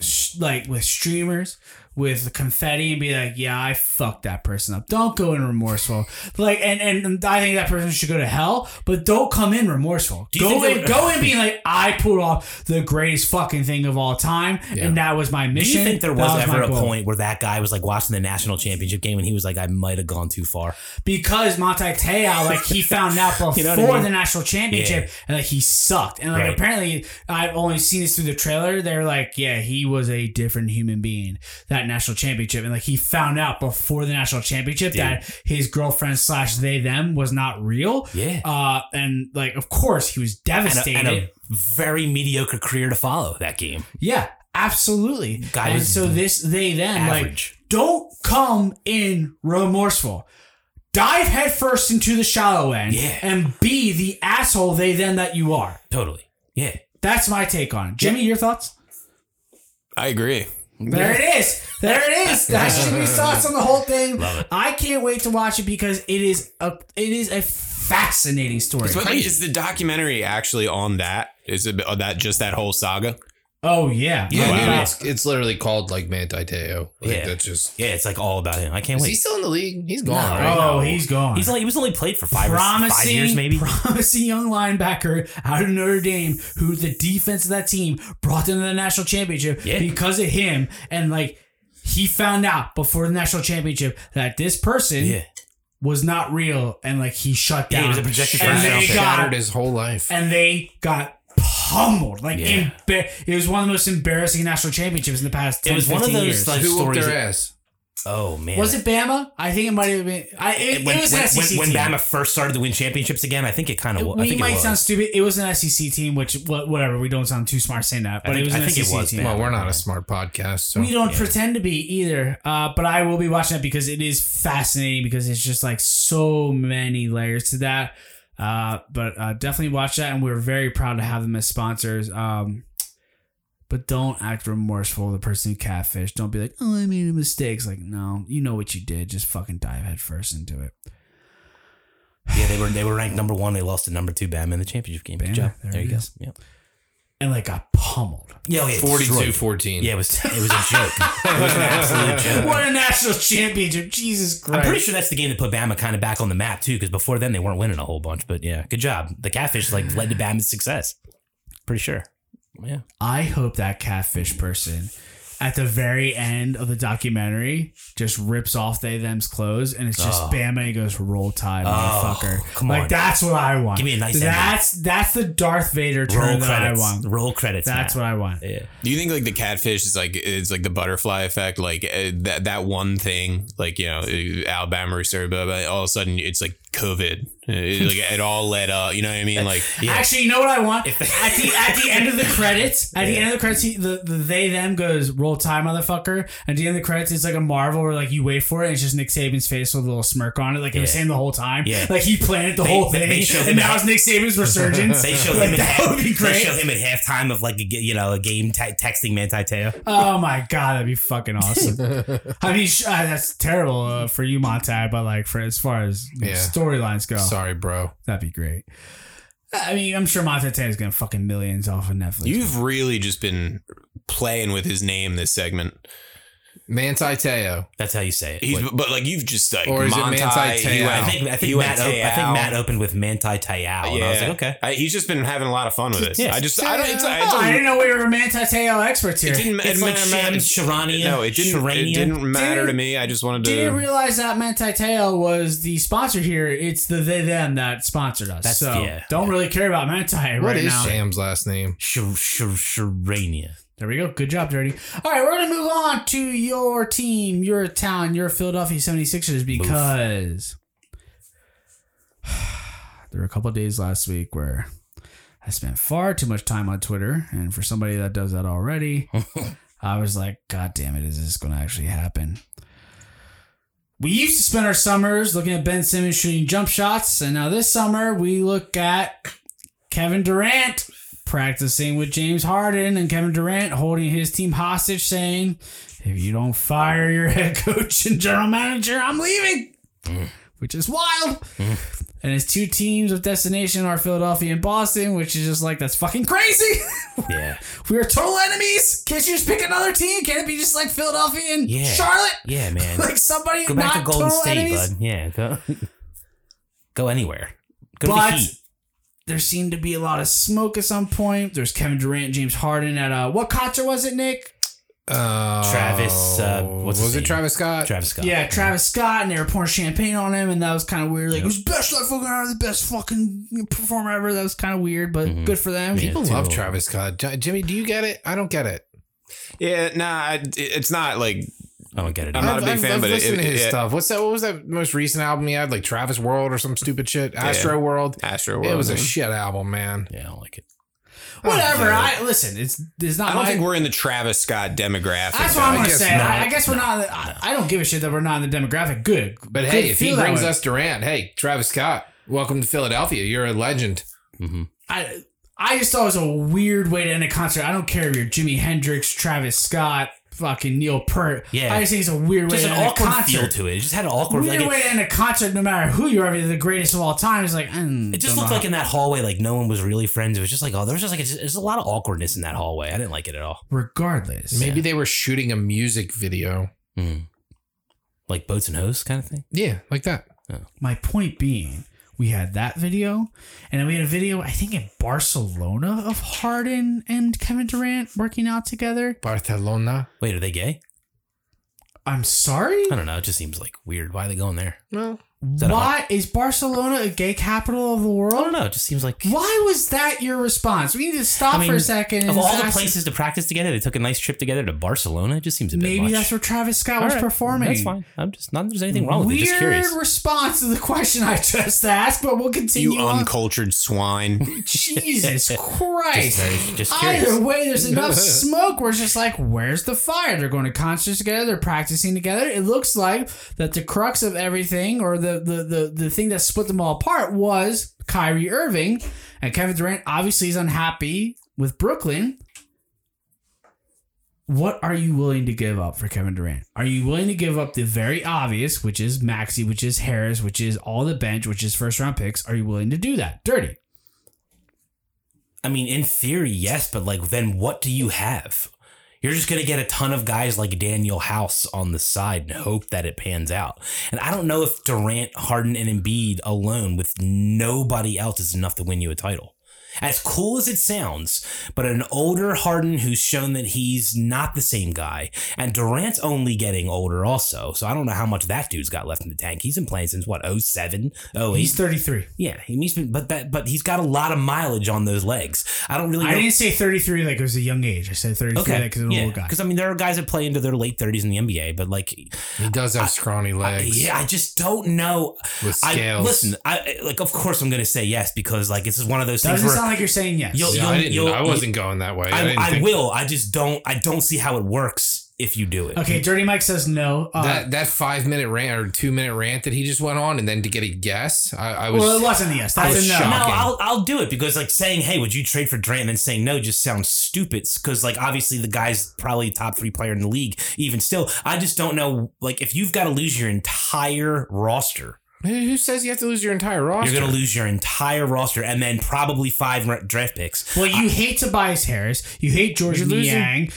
sh- like with streamers. With confetti and be like, yeah, I fucked that person up. Don't go in remorseful, like, and and I think that person should go to hell. But don't come in remorseful.
Do you
Go
think
in,
that-
go in being like, I pulled off the greatest fucking thing of all time,
Yeah.
and that was my
Do
mission.
you think there
That
was,
my
ever a
goal."
point where that guy was like watching the national championship game and he was like, I might have gone too far?
because Monte Teo, like he found out before
You know what I mean?
the national championship,
Yeah.
and like he sucked. And like
Right.
apparently, I've only seen this through the trailer. They're like, yeah, he was a different human being that national championship, and like he found out before the national championship
Dude.
that his girlfriend slash they them was not real.
Yeah.
Uh, and like of course he was
and a,
devastated.
and a very mediocre career to follow that game.
Yeah, absolutely.
Guy
and
is
so this they then
average.
like don't come in remorseful. Dive headfirst into the shallow end
Yeah.
and be the asshole they then that you are.
Totally. Yeah.
That's my take on it. Jimmy, your thoughts?
I agree.
There it is. There it is. That's Jimmy's thoughts on the whole thing. I can't wait to watch it because it is a it is a fascinating story.
So I think is the documentary actually on that? Is it on that just that whole saga?
Oh yeah.
Yeah,
Wow.
dude, it's, it's literally called like Manti Te'o. Like,
Yeah.
That's just.
Yeah, it's like all about him. I can't
Is
wait.
he still in the league? He's gone.
No.
right?
Oh,
No.
he's gone.
He's only he was only played for five, or s- five years, maybe.
promising young linebacker out of Notre Dame, who the defense of that team brought them to the national championship
Yeah.
because of him, and like he found out before the national championship that this person
Yeah,
was not real, and like he shut
Yeah,
down.
he was a projected
and
first round
they
pick.
got
Shattered his whole life.
and they got pummeled. Like
Yeah.
embar- it was one of the most embarrassing national championships in the past. 10,
it was one of
15
those
years.
like
Who whooped
stories.
their
that-
ass?
oh man,
was it Bama? I think it might have been. I, it,
when,
it was
when,
an SEC
when, when
team.
Bama first started to win championships again? I think it kind of. I
we
think it
might
was.
sound stupid. It was an SEC team, which wha- whatever. We don't sound too smart saying that,
I
but
think-
it was
I
an
think it
SEC
was
team.
Bama.
Well, we're not a smart podcast, so
We don't
Yeah.
pretend to be either, uh, but I will be watching it because it is fascinating because it's just like so many layers to that. Uh, but uh, definitely watch that, and we're very proud to have them as sponsors. Um, but don't act remorseful. The person who catfished, don't be like, "Oh, I made a mistake." It's like, no, you know what you did. Just fucking dive headfirst into it.
Yeah, they were they were ranked number one. They lost to number two Bama in the championship game.
Bama,
Good job.
there
There,
it
you go.
is.
Yeah.
And like got pummeled.
Yeah, oh, yeah,
42
destroyed.
14.
Yeah, it was it was a joke. it was an absolute joke.
What a national championship! Jesus Christ!
I'm pretty sure that's the game that put Bama kind of back on the map too, because before then they weren't winning a whole bunch. But yeah, good job. The catfish like led to Bama's success. Pretty sure. Yeah.
I hope that catfish person at the very end of the documentary just rips off they them's clothes and it's just
Oh.
Bama and he goes roll tide
Oh,
motherfucker.
come
like
on.
that's what I want.
Give me a nice ending.
That's that's the Darth Vader turn
Roll
that
credits.
I want.
Roll credits.
That's what I want.
I. Yeah.
Do you think like the catfish is like it's like the butterfly effect, like uh, that that one thing, like you know uh, Alabama or Serbia, but all of a sudden it's like COVID, Uh, it, like it all led up. You know what I mean? Like yeah,
Actually, you know what I want? at the at the end of the credits, at the end of the credits, he- the, the they them goes roll time, motherfucker. And at the end of the credits, it's like a Marvel where like you wait for it, and it's just Nick Saban's face with a little smirk on it, like it was
Yeah.
him the whole time.
Yeah.
like he planned the
They-
whole
they-
thing,
they showed
and
him
now
that.
it's Nick Saban's resurgence.
They show
Like,
him.
that
at,
would be great.
They show him at halftime of like a, g- you know a game te- texting Manti Te'o.
oh my god, that'd be fucking awesome. I mean, sh- uh, that's terrible uh, for you, Montag, but like for as far as you know,
Yeah.
storylines go,
Sorry, bro.
that'd be great. I mean, I'm sure Montag is gonna fucking millions off of Netflix.
you've really just been playing with his name this segment.
Manti Te'o.
That's how you say it.
He's,
What-
but like you've just like
Or is it
Monty,
Manti
he
Te'o?
went-
I think I
he
think
went
Matt. Op- I think
Te'o.
Matt opened with Manti Te'o, and I was like, okay.
I- he's just been having a lot of fun with this. I just, I don't, it's, I
Oh, I
don't,
didn't know we were Manti Te'o experts here.
it didn't, it
It's like
didn't matter.
Sham Sharanian.
No, it didn't,
Sharanian.
it didn't matter to
Didn't-
me. I just wanted to.
Didn't realize that Manti Te'o was the sponsor here. It's the they them that sponsored us.
That's-
so
yeah.
don't really care about Manti
What
right
is
now.
Sham's last name?
Shar- Shar- Sharania.
There we go. Good job, Dirty. All right, we're going to move on to your team, your town, your Philadelphia 76ers because there were a couple days last week where I spent far too much time on Twitter. And for somebody that does that already, I was like, God damn it, is this going to actually happen? We used to spend our summers looking at Ben Simmons shooting jump shots. And now this summer, we look at Kevin Durant practicing with James Harden and Kevin Durant holding his team hostage, saying, If you don't fire your head coach and general manager, I'm leaving, which is wild. And his two teams of destination are Philadelphia and Boston, which is just like, that's fucking crazy.
Yeah.
we are total enemies. Can't you just pick another team? Can't it be just like Philadelphia and
Yeah.
Charlotte?
Yeah, man.
Like somebody
go
not
back to Golden
total
State,
enemies?
bud. Yeah, go go anywhere. Go
But-
to the Heat.
There seemed to be a lot of smoke at some point. There's Kevin Durant, and James Harden at uh, what concert was it, Nick?
Uh,
Travis, uh, what's his
was it
name?
Travis Scott?
Travis Scott.
Yeah, Travis Scott, and they were pouring champagne on him, and that was kind of weird. Like,
Yep.
it was best life fucking ever, the best fucking performer ever. That was kind of weird, but
Mhm.
good for them.
Yeah.
Mm-hmm. People
too.
love Travis Scott. J- Jimmy, do you get it? I don't get it.
Yeah, nah, I- it- it's not like
I don't get it.
I'm not a big fan, but it-
listened to
it-
his
it-
stuff. What's that? What was that most recent album he had? Like Travis World or some stupid shit? Astro World.
Astro
It
World.
was a
man.
shit album, man.
yeah, I don't like it.
Whatever. I listen. It's it's not.
I don't
my-
think we're in the Travis Scott demographic.
That's what I'm
though.
gonna
guess
say. I,
not.
I guess we're not. I, I don't give a shit that we're not in the demographic. Good,
But
Good
hey, if he
feel that
brings
way.
us Durant, hey, Travis Scott, welcome to Philadelphia. You're a legend.
I I just thought it was a weird way to end a concert. I don't care if you're Jimi Hendrix, Travis Scott, fucking Neil Peart.
Yeah.
I just think it's a weird way
Just
to
an
end a
awkward feel
concert.
to it. It just had an awkward
Weird
like,
way to end a concert, no matter who you are, if you're the greatest of all time. It's like mm,
It just
don't
looked
know.
like in that hallway, like no one was really friends. It was just like, oh, there was just like, it's- there's a lot of awkwardness in that hallway. I didn't like it at all.
regardless.
Maybe they were shooting a music video.
Like boats and hosts kind of thing.
Yeah, like that.
My point being, we had that video, and then we had a video I think in Barcelona of Harden and Kevin Durant working out together.
Barcelona.
Wait, are they gay?
I'm sorry.
I don't know. It just seems like weird. Why are they going there?
Well,
that a-
Why is Barcelona a gay capital of the
I don't
world?
know. It just seems like
Why was that your response? We need to stop
I mean,
for a second.
of
and
all the
ask-
places to practice together, they took a nice trip together to Barcelona. It just seems a bit
maybe
much.
that's where Travis Scott
All
was
right.
performing.
That's fine. I'm just not. that There's anything wrong with
Weird
it. Just curious.
response to the question I just asked, but we'll continue.
You
on.
uncultured swine.
Jesus Christ.
Just very- just
Either
curious.
way, there's enough smoke where it's just like, where's the fire? They're going to concerts together, they're practicing together. It looks like that the crux of everything or the the the, the thing that split them all apart was Kyrie Irving. And Kevin Durant obviously is unhappy with Brooklyn. What are you willing to give up for Kevin Durant? Are you willing to give up the very obvious, which is Maxi, which is Harris, which is all the bench, which is first round picks? Are you willing to do that? Dirty.
I mean, in theory, yes, but like, then what do you have? You're just going to get a ton of guys like Daniel House on the side and hope that it pans out. And I don't know if Durant, Harden, and Embiid alone with nobody else is enough to win you a title. As cool as it sounds, but an older Harden who's shown that he's not the same guy, and Durant's only getting older also. So I don't know how much that dude's got left in the tank. He's been playing since what 07, 08?
He's 33.
Yeah, he- he's been, but that, but he's got a lot of mileage on those legs. I don't really.
I
know-
didn't say 33 like it was a young age. I said 33
okay,
like it was an old guy.
because I mean there are guys that play into their late thirties in the NBA, but like,
he does have scrawny legs
yeah, I just don't know.
with
I
scales.
listen, I like, of course I'm gonna say yes because like this is one of those things
Doesn't
where
sound like you're saying yes.
You'll-
Yeah, I didn't.
you'll-
I wasn't going that way. I,
I,
didn't
I,
think
will. I just don't. I don't see how it works if you do it.
okay, Dirty Mike says no. Uh,
that that five minute rant or two minute rant that he just went on, and then to get a guess, I, I was.
well, it wasn't a yes.
I
That's a no.
no,
shocked.
I'll, I'll do it because like saying, hey, would you trade for Durant and then saying no just sounds stupid because like obviously the guy's probably top three player in the league. Even still, I just don't know. Like if you've got to lose your entire roster,
who who says you have to lose your entire roster?
you're going to lose your entire roster and then probably five ra- draft picks.
Well, you hate Tobias Harris. You hate George
You're losing-
Niang.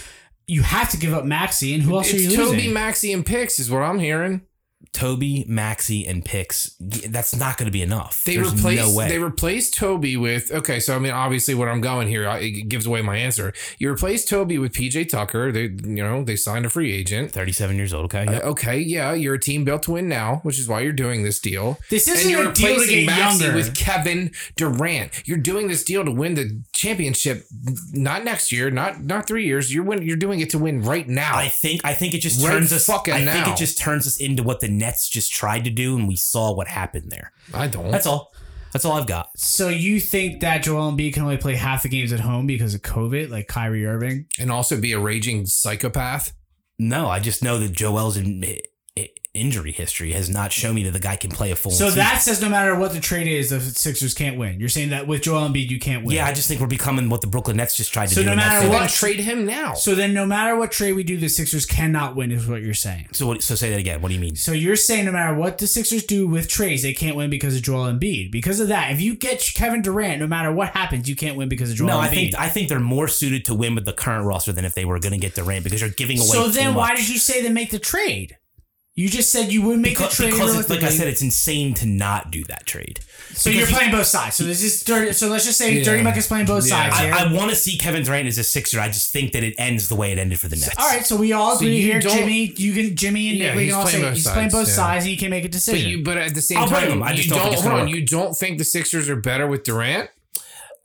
You have to give up Maxi, and who else are
it's
you
Toby
losing?
Maxi and picks is what I'm hearing.
Toby, Maxi, and picks. That's not going to be enough.
They
There's
replaced
no way.
they replaced Toby with okay. So I mean, obviously, where I'm going here, I, it gives away my answer. You replace Toby with PJ Tucker. They you know they signed a free agent.
37 years old. Okay.
Uh, okay, yeah, you're a team built to win now, which is why you're doing this deal.
This isn't
you're
a deal to
replacing
get
Maxey
younger.
with Kevin Durant. You're doing this deal to win the championship, not next year, not not three years. You're win, You're doing it to win right now.
I think I think it just
Right
turns us.
fucking
I think
now.
it just turns us into what the Nets just tried to do, and we saw what happened there.
I don't.
That's all. That's all I've got.
So you think that Joel Embiid can only play half the games at home because of COVID, like Kyrie Irving?
and also be a raging psychopath.
No, I just know that Joel's in, i- injury history has not shown me that the guy can play a full.
So
season.
that says no matter what the trade is, the Sixers can't win. You're saying that with Joel Embiid, you can't win.
yeah, I just think we're becoming what the Brooklyn Nets just tried to
So
do.
no
and that's
matter
it.
Then
what-
trade him now.
So then, no matter what trade we do, the Sixers cannot win, is what you're saying.
so what, so say that again. What do you mean?
So you're saying no matter what the Sixers do with trades, they can't win because of Joel Embiid. Because of that, if you get Kevin Durant, no matter what happens, you can't win because of Joel
No,
Embiid.
I think I think they're more suited to win with the current roster than if they were going to get Durant because you're giving away.
so
too
then, why
much.
did you say to make the trade? You just said you wouldn't make
Because,
the trade.
because it's, like I
realistically.
said, it's insane to not do that trade.
so you're
because-
playing both sides. So this is dirty. So let's just say
Yeah.
Dirty Mike is playing both
Yeah.
sides here.
I, I want to see Kevin Durant as a Sixer. I just think that it ends the way it ended for the Nets.
all right, so we all agree
you
here,
don't-
Jimmy. You can Jimmy and
Yeah,
Nick, we
he's
can all
playing
say
both
he's playing
sides,
both
yeah.
sides, and you can make a decision.
But you, but at the same
I'll bring
time,
him. I
you
just
don't,
don't think it's
hold
gonna
on.
work.
You don't think the Sixers are better with Durant?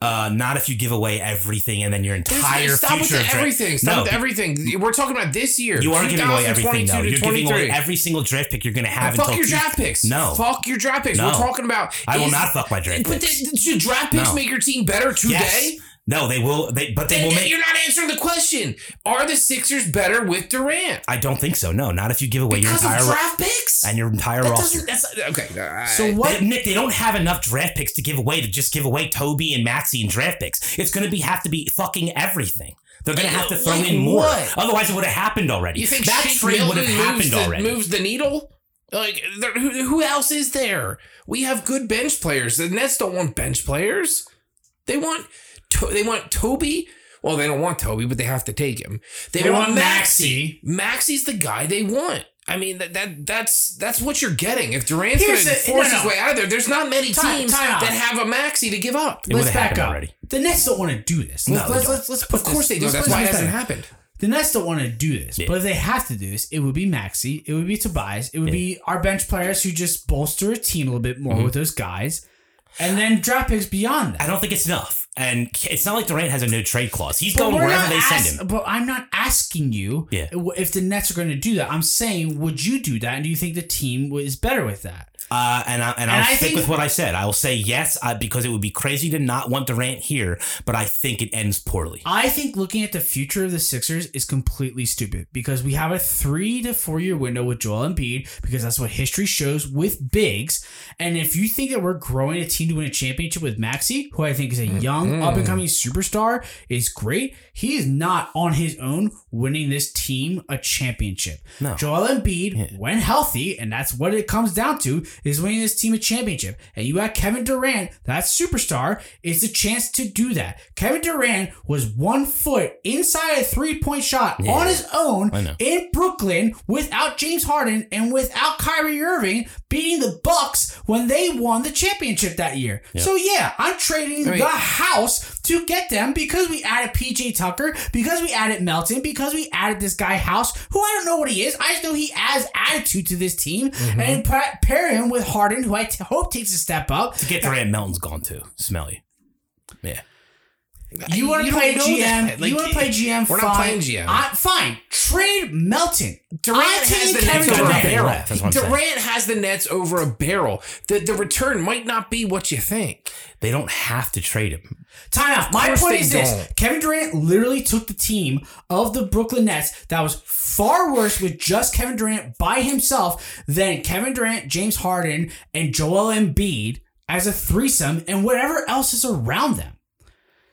Uh, not if you give away everything and then your entire
Stop with
future.
the
of Durant-
everything. Stop
no,
with
be-
everything. We're talking about this year.
You are giving away
2022
everything, though.
to
You're giving away
23.
every single draft pick you're going to have
Fuck
until
your
two-
draft picks.
No.
Fuck your draft picks.
No.
We're talking about.
I will
is-
not fuck my draft
But
picks.
the, the draft picks
No.
make your team better today.
Yes. No, they will. They but they
Then
will make.
you're not answering the question. Are the Sixers better with Durant?
I don't think so. No, not if you give away
Because of
your entire ro-
draft picks?
and your entire
that
roster.
doesn't, that's, okay. all right.
So
They-
what?
Nick, they don't have enough draft picks to give away to just give away Toby and Maxi and draft picks. It's going to be have to be fucking everything. They're going to have to throw
Like
in more.
what?
Otherwise, it would have happened already.
you think
that
Shake
trade would have
Milton moves
happened
the,
already.
Moves the needle. Like there, who, who else is there? We have good bench players. The Nets don't want bench players. They want to, they want Toby. Well, they don't want Toby, but they have to take him. They, want, Maxi. Maxi's the guy they want. I mean that, that that's that's what you're getting. If Durant's going
Here's
to
the-
force
no,
his
no.
way out of there, there's not many
Time-
teams
time out.
that have a Maxi to give up.
It
Let's
would've
back
happened
up.
already.
The Nets don't want to do this.
No,
Let's-
they
let's,
don't.
let's, let's put
Of
this-
course they do.
let's
That's
put
why it
this
hasn't
back.
happened.
The Nets don't want to do this,
Yeah.
but if they have to do this, it would be Maxi, it would be Tobias, it would be our bench players who just bolster a team a little bit
Mm-hmm.
more with those guys, and then draft picks beyond
I
that.
don't think it's enough. And it's not like Durant has a no trade clause. He's
But
going
we're
wherever
not
they send
ask-
him.
But I'm not asking you
Yeah.
if the Nets are going to do that. I'm saying, would you do that, and do you think the team is better with that?
Uh, and I, and I'll
I
stick
think-
with what I said. I will say yes uh, because it would be crazy to not want Durant here, but I think it ends poorly.
I think looking at the future of the Sixers is completely stupid because we have a three to four year window with Joel Embiid because that's what history shows with bigs. And if you think that we're growing a team to win a championship with Maxi, who I think is a young up and coming superstar, is great. He is not on his own winning this team a championship.
No.
Joel Embiid, when healthy, and that's what it comes down to, is winning this team a championship. And you got Kevin Durant, that superstar, is the chance to do that. Kevin Durant was one foot inside a three point shot on his own
I know.
in Brooklyn without James Harden and without Kyrie Irving beating the Bucks when they won the championship that year. So yeah, I'm trading
mean-
the house to get them because we added PJ Tucker, because we added Melton, because we added this guy House, who I don't know what he is. I just know he adds attitude to this team,
Mm-hmm.
and pa- pair him with Harden, who I t- hope takes a step up.
To get Durant, Melton's gone too. Smelly. Yeah.
You want to play
don't know
GM?
that. Like,
you want to play GM?
we're
fine.
not playing GM.
I, fine. Trade Melton. Durant I'm
has
taking
the
Kevin
next
He's got
Durant.
nothing
Durant.
left. That's what I'm saying.
Durant has the Nets over a barrel. The the return might not be what you think.
They don't have to trade him.
Time out. My
course
point
they
is this:
don't.
Kevin Durant literally took the team of the Brooklyn Nets that was far worse with just Kevin Durant by himself than Kevin Durant, James Harden, and Joel Embiid as a threesome, and whatever else is around them.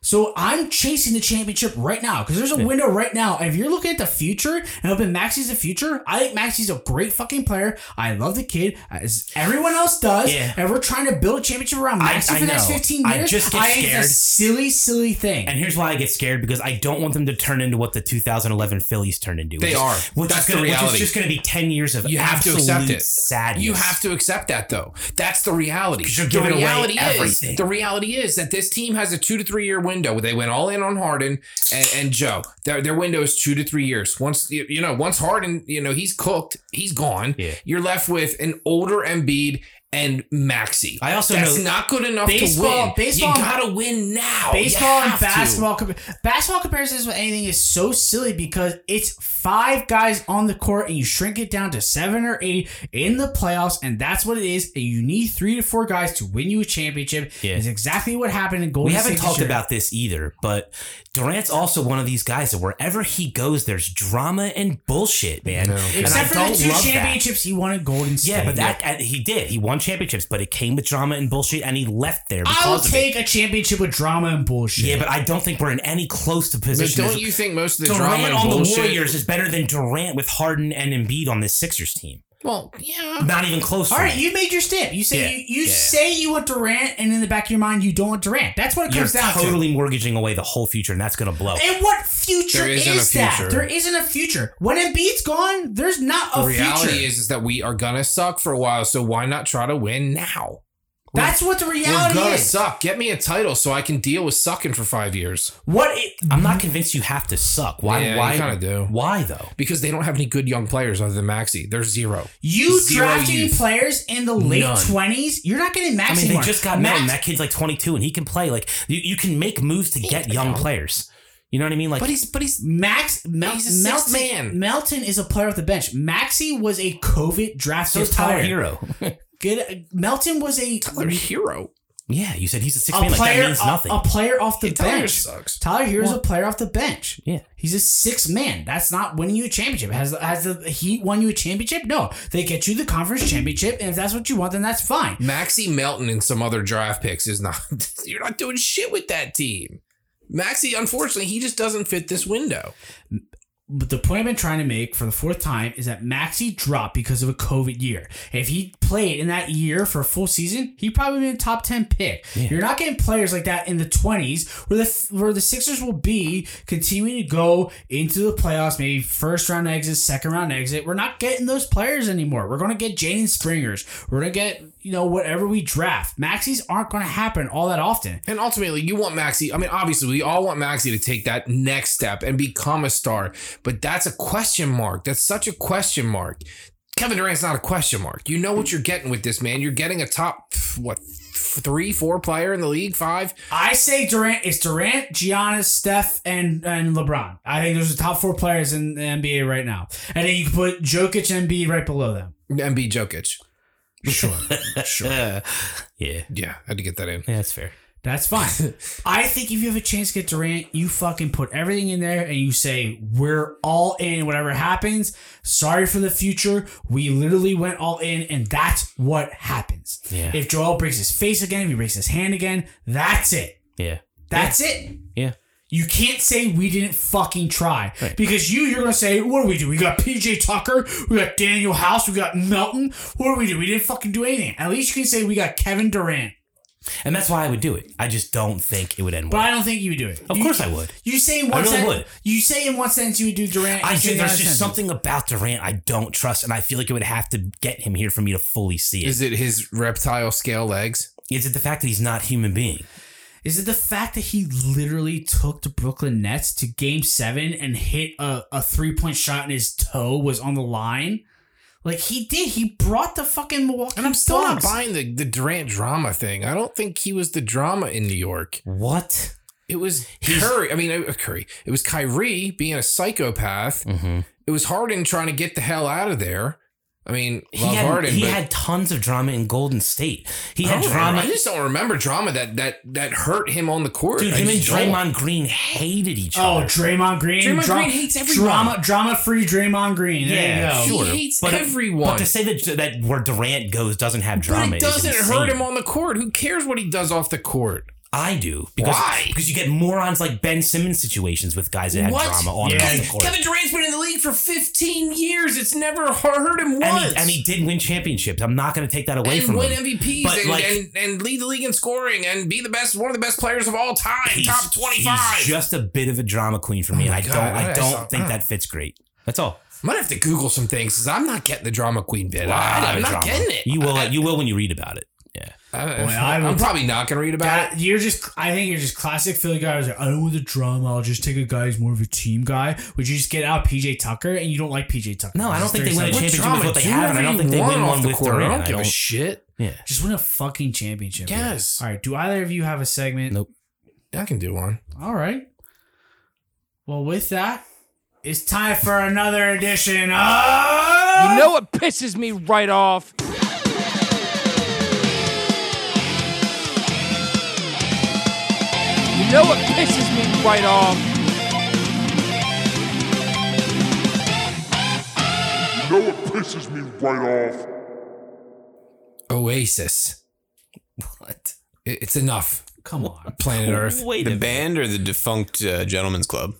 So I'm chasing the championship right now because there's a window right now. And if you're looking at the future and hoping Maxi's the future, I think Maxi's a great fucking player. I love the kid as everyone else does.
Yeah.
And we're trying to build a championship around
I-
Maxi
I
for the next
know.
15
I
years.
just get
think
scared.
It's a silly, silly thing.
And here's why I get scared because I don't want them to turn into what the 2011 Phillies turned into.
They
which is-
are.
Which
That's
is
the
gonna, Which
reality.
is just going to be 10 years of
You have to
absolute
accept it.
sadness.
You have to accept that though. That's the reality.
'Cause you're
the
giving away
reality
everything.
is the reality is that this team has a two to three year window. They went all in on Harden and, and Joe. Their, their window is two to three years. Once you you know, once Harden, you know, he's cooked, he's gone.
Yeah.
You're left with an older Embiid and Maxi.
I also
That's
know-
not good enough
Baseball-
to win.
baseball-
you gotta win now. You
baseball and
have to.
basketball com- basketball comparisons with anything is so silly because it's five guys on the court and you shrink it down to seven or eight in the playoffs and that's what it is and you need three to four guys to win you a championship
Yeah.
is exactly what happened in
We
Golden
haven't
State this
talked
year.
about this either, but Durant's also one of these guys that wherever he goes, there's drama and bullshit, man. And I
except for the
don't
two
love that.
championships he won at Golden State
Yeah, but that and he did. He won championships, but it came with drama and bullshit, and he left there. Because
I will
of it.
take a championship with drama and bullshit
Yeah, but I don't think we're in any close to
But
position.
don't
as-
you think most of the drama
Durant
and
on
bullshit?
the Warriors is better than Durant with Harden and Embiid on this Sixers team.
Well, yeah.
Not even close.
all
to
right,
me.
you made your step. You say
Yeah,
you, you
yeah.
say you want Durant, and in the back of your mind, you don't want Durant. That's what it
you're
comes down to.
totally mortgaging away the whole future, and that's going to blow.
And what future
There
is
isn't a
that?
future.
There isn't a future. When Embiid's gone, there's not a
the reality
future.
is is that we are gonna suck for a while, so why not try to win now?
That's what the
We're
reality
gonna
is.
suck. Get me a title so I can deal with sucking for five years.
What it,
I'm not convinced you have to suck. Why?
Yeah, you
why?
kinda do.
Why though?
Because they don't have any good young players other than Maxi. They're zero.
you
Zero
drafting
youth.
players in the late
None.
twenties, you're not getting max
I mean, they
anymore.
just got
max,
Melton. That kid's like 22, and he can play. Like you, you can make moves to get young players. You know what I mean? Like,
But he's but he's
Max Mel-
He's a sixth
Melton,
man.
Melton is a player off the bench. Maxi was a COVID draft
so is Tyler
player.
Hero.
Good- Melton was a
Tyler Hero.
Yeah, you said he's a six
A
man. Like that
player,
means
a-
nothing.
A, player off the
Tyler
bench.
sucks.
Tyler Hero's a player off the bench.
Yeah.
he's a six man. That's not winning you a championship. Has has the Heat won you a championship? No, they get you the conference championship, and if that's what you want, then that's fine.
Maxi Melton and some other draft picks is not. You're not doing shit with that team. Maxi, unfortunately, he just doesn't fit this window.
But the point I've been trying to make for the fourth time is that Maxi dropped because of a COVID year. If he played in that year for a full season, he probably been a top ten pick. You're not getting players like that in the twenties, where the where the Sixers will be continuing to go into the playoffs, maybe first round exit, second round exit. We're not getting those players anymore. We're gonna get Jane Springers. We're gonna get you know whatever we draft. Maxis aren't gonna happen all that often.
And ultimately, you want Maxi. I mean, obviously, we all want Maxi to take that next step and become a star, but that's a question mark. That's such a question mark. Kevin Durant's not a question mark. You know what you're getting with this man. You're getting a top what three, four player in the league, five.
I say Durant. It's Durant, Giannis, Steph, and and LeBron. I think those are the top four players in the NBA right now. And then you can put Jokic and Embiid right below them.
MB Jokic. Sure, sure.
Uh, yeah,
Yeah, had to get that in.
yeah, that's fair.
That's fine. I think if you have a chance to get Durant, you fucking put everything in there and you say, we're all in, whatever happens. Sorry for the future. We literally went all in, and that's what happens.
Yeah.
If Joel breaks his face again, if he breaks his hand again, that's it.
Yeah,
That's it.
yeah.
You can't say we didn't fucking try because you you're gonna say what do we do? We got PJ Tucker, we got Daniel House, we got Melton. What do we do? We didn't fucking do anything. At least you can say we got Kevin Durant.
And that's why I would do it. I just don't think it would end
But
well.
I don't think you would do it.
Of
You-
course I would.
You say in one
really
sentence.
would.
You say in one sentence you would do Durant.
I
you say
think
in
there's
another sentence.
just something about Durant I don't trust, and I feel like it would have to get him here for me to fully see it. Is
Is it his reptile scale legs?
it the fact that he's not human being?
Is it the fact that he literally took the Brooklyn Nets to Game Seven and hit a, a three point shot and his toe was on the line? Like he did. He brought the fucking Milwaukee.
And I'm still not
Bucks.
buying the, the Durant drama thing. I don't think he was the drama in New York.
What?
It was Curry. I mean, uh, Curry. It was Kyrie being a psychopath.
Mm-hmm.
It was Harden trying to get the hell out of there. I mean,
He,
love
had,
Harden,
he
but Oh,
had tons of drama in Golden State. He
I
had
don't
drama.
remember- I just don't remember drama that that that hurt him on the court.
Dude,
I
him and
just don't.
Draymond Green hated each
Oh,
other.
Draymond Green.
Draymond Green hates everyone.
Drama, drama-free Draymond Green. There
Yeah,
you go.
sure.
He hates
But-
everyone.
But to say that that where Durant goes doesn't have
But
drama.
it
is
doesn't
insane.
hurt him on the court. Who cares what he does off the court?
I do because
Why?
because you get morons like Ben Simmons situations with guys that have
What?
drama on
Yeah.
and off the court.
Kevin Durant's been in the league for 15 years. It's never hurt him once.
and he, and he did win championships. I'm not going to take that away
and
from
win
him.
MVPs
But,
and,
like-
and, and lead the league in scoring and be the best one of the best players of all time, top twenty five.
He's just a bit of a drama queen for me, and
my
I
God,
don't,
I-
I
I
don't
saw-
think
uh.
that fits great. That's all.
I might have to Google some things because I'm not getting the drama queen bit. I, am
Lot of
not
drama.
getting it.
You will, you will when you read about it. Yeah,
I,
Boy, I
am
would-
probably not going to read about it.
That- you're just. I think you're just classic Philly guy. who's like, I don't want the drama. I'll just take a guy who's more of a team guy. Would you just get out PJ Tucker and you don't like PJ Tucker?
No, I don't
Just
think they
30
win a
seconds.
championship is what they have, and I don't think they win one with
the I
Durant.
don't
I
give a
don't-
shit.
yeah.
Just win a fucking championship.
Yes.
All right. Do either of you have a segment?
Nope.
I can do one.
All right. Well, with that, it's time for another edition of.
You know what pisses me right off? You know what pisses me right off?
know what pisses me right off?
Oasis.
What?
I- It's enough.
Come on.
Planet Earth.
Wait a
The
minute.
band or the defunct uh, gentleman's club?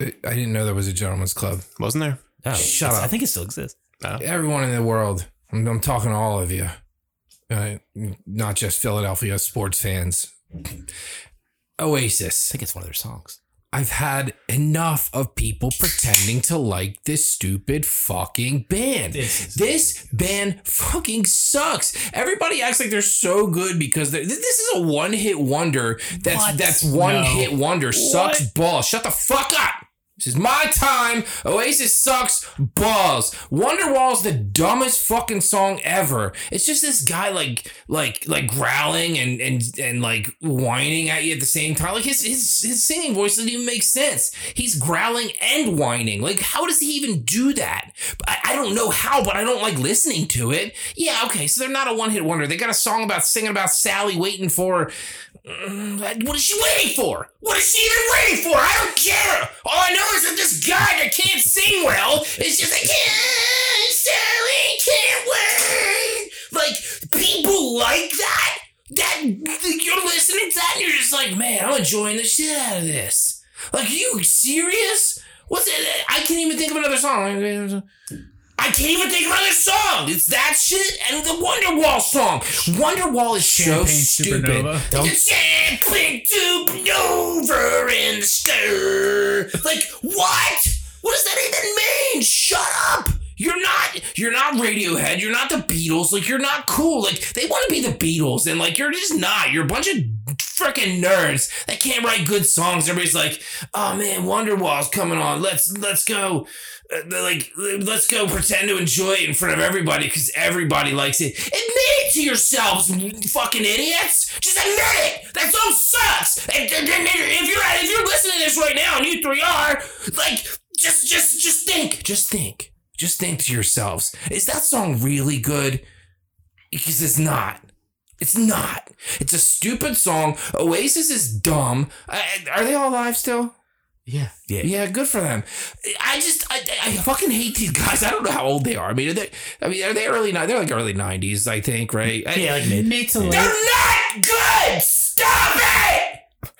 I I didn't know there was a gentleman's club.
Wasn't there?
Oh,
Shut
it's-
up.
I think it still exists.
Everyone in the world. I'm, I'm talking to all of you. Uh, not just Philadelphia sports fans. Oasis.
I think it's one of their songs.
I've had enough of people pretending to like this stupid fucking band.
This is-
This, band fucking sucks. Everybody acts like they're so good because they're, th- this is a one hit wonder. That's
What?
that's one
No.
hit wonder. Sucks balls. Shut the fuck up. This is my time. Oasis sucks balls. Wonderwall's the dumbest fucking song ever. It's just this guy like like like growling and and and like whining at you at the same time. Like his his his singing voice doesn't even make sense. He's growling and whining. Like how does he even do that? I, I don't know how, but I don't like listening to it. Yeah, okay. So they're not a one hit wonder. They got a song about singing about Sally waiting for Mm, What is she waiting for? What is she even waiting for? I don't care. All I know is that this guy that can't sing well is just like, yeah, Sally can't wait. Like, people like that? That you're listening to that and you're just like, man, I'm enjoying the shit out of this. Like, are you serious? What's it? I can't even think of another song. I can't even think of another song. It's that shit and the Wonderwall song. Wonderwall is so
Champagne
stupid.
Supernova.
Don't quick to over and stir. Like what? What does that even mean? Shut up. You're not. You're not Radiohead. You're not the Beatles. Like you're not cool. Like they want to be the Beatles, and like you're just not. You're a bunch of freaking nerds that can't write good songs. Everybody's like, oh man, Wonderwall's coming on. Let's let's go uh, like let's go pretend to enjoy it in front of everybody because everybody likes it. Admit it to yourselves, fucking idiots. Just admit it. That song sucks. And, and- and if you're if you're listening to this right now, and you three are, like, just just just think, just think, just think to yourselves: Is that song really good? Because it's not. It's not. It's a stupid song. Oasis is dumb. Uh, are they all alive still?
Yeah.
Yeah, good for them. I just, I, I fucking hate these guys. I don't know how old they are. I mean, are they, I mean, are they early? ni- They're like early nineties, I think, right? I-
Yeah, like mid.
Mid to late.
they're not good. Stop it.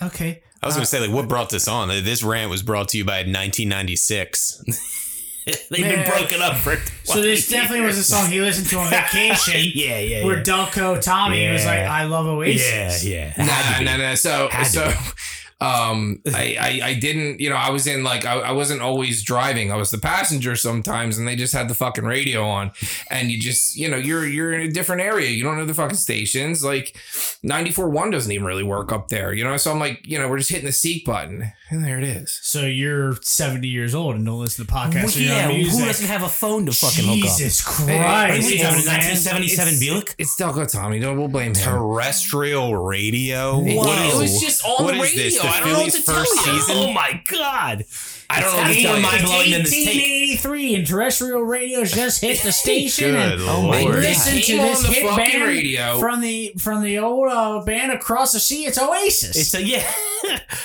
Okay.
I
Uh,
was going to say, like, what brought this on? This rant was brought to you by 1996.
They've been
Man.
broken up for.
So this definitely was a song he listened to on vacation.
Yeah, yeah,
Where
yeah.
Delco Tommy was like,
Yeah.
"I love
Yeah,
Oasis."
yeah. Had
Nah,
to be.
nah, nah. So,
Had to
so, um, I, I, I didn't, you know, I was in like, I, I wasn't always driving. I was the passenger sometimes, and they just had the fucking radio on, and you just, you know, you're you're in a different area. You don't know the fucking stations. Like, ninety four one doesn't even really work up there, you know. So I'm like, you know, we're just hitting the seek button, and there it is.
So you're 70 years old and don't listen to podcasts.
Well,
or your
yeah,
own music.
who doesn't have a phone to fucking hook up?
Jesus
Are
Christ!
you
man.
having a 1977 Buick?
It's Delco Tommy. Don't we'll blame him.
Terrestrial radio?
It was just on
What
the
is
radio.
this, the
I don't know what
Phillies'
to
first
tell you.
season?
Oh my god! I don't know.
gotta
It's
be
more
like
mind blowing than this tape.
1883 and terrestrial radio just hit the station.
Good
and
lord.
they
They
listen to
came
this
on the
hit
fucking
band
radio.
from the from the old uh, band across the sea. It's Oasis.
It's a, yeah.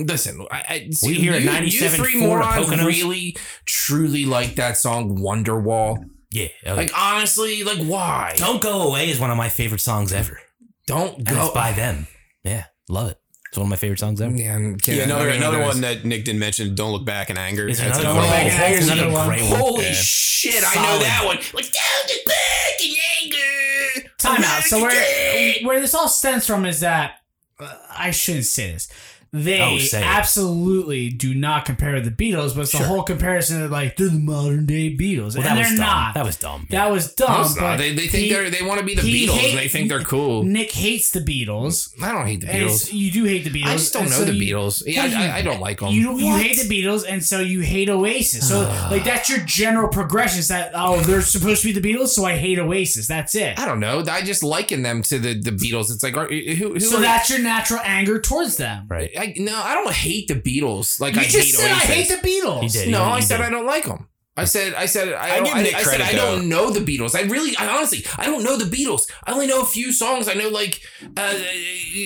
Listen, I, I,
We hear a
you, you
97
three
Ford
morons
Poconos.
really, truly like that song Wonderwall.
yeah.
Like honestly, like why?
Don't Go Away is one of my favorite songs ever.
Don't
And
go.
it's by them. Yeah. Love it. It's one of my favorite songs ever.
Yeah, and can't-
Yeah, another,
I mean,
another
there's-
one that Nick didn't mention, Don't Look Back in Anger.
It's
That's
another
another
one.
one.
It's
Anger's
another
another
great one.
Holy
Yeah.
shit! I know
Solid.
that one. Like don't get back in anger.
Time out. So where
American
where this all stems from is that uh, I shouldn't say this. They
Oh, say it.
absolutely do not compare the Beatles, but it's the whole comparison of like they're the modern day Beatles,
Well, that
and
was
they're
dumb.
not.
That was dumb.
That was dumb.
it's
Oh,
not.
but
They- they think
he-
they're- they wanna be the
he
Beatles. They think they're cool.
Nick hates the Beatles.
I don't hate the
And it's-
Beatles.
you do hate the Beatles.
I just don't
and
know
so
the
you-
Beatles. Yeah,
you-
I, I don't like them.
You, you hate the Beatles, and so you hate Oasis. So like that's your general progression. Is that oh they're supposed to be the Beatles, so I hate Oasis. That's it.
I don't know. I just liken them to the, the Beatles. It's like are, who? who
So
are-
that's your natural anger towards them.
right.
I, no, I don't hate the Beatles. Like
You
I
just
hate
said
Oasis.
I hate the Beatles.
He did.
No,
You-
I
you
said
did.
I don't like them. I said I said I,
I
don't,
give
I,
Nick
I said
credit,
I
though.
don't know the Beatles. I really, I honestly, I don't know the Beatles. I only know a few songs. I know like uh,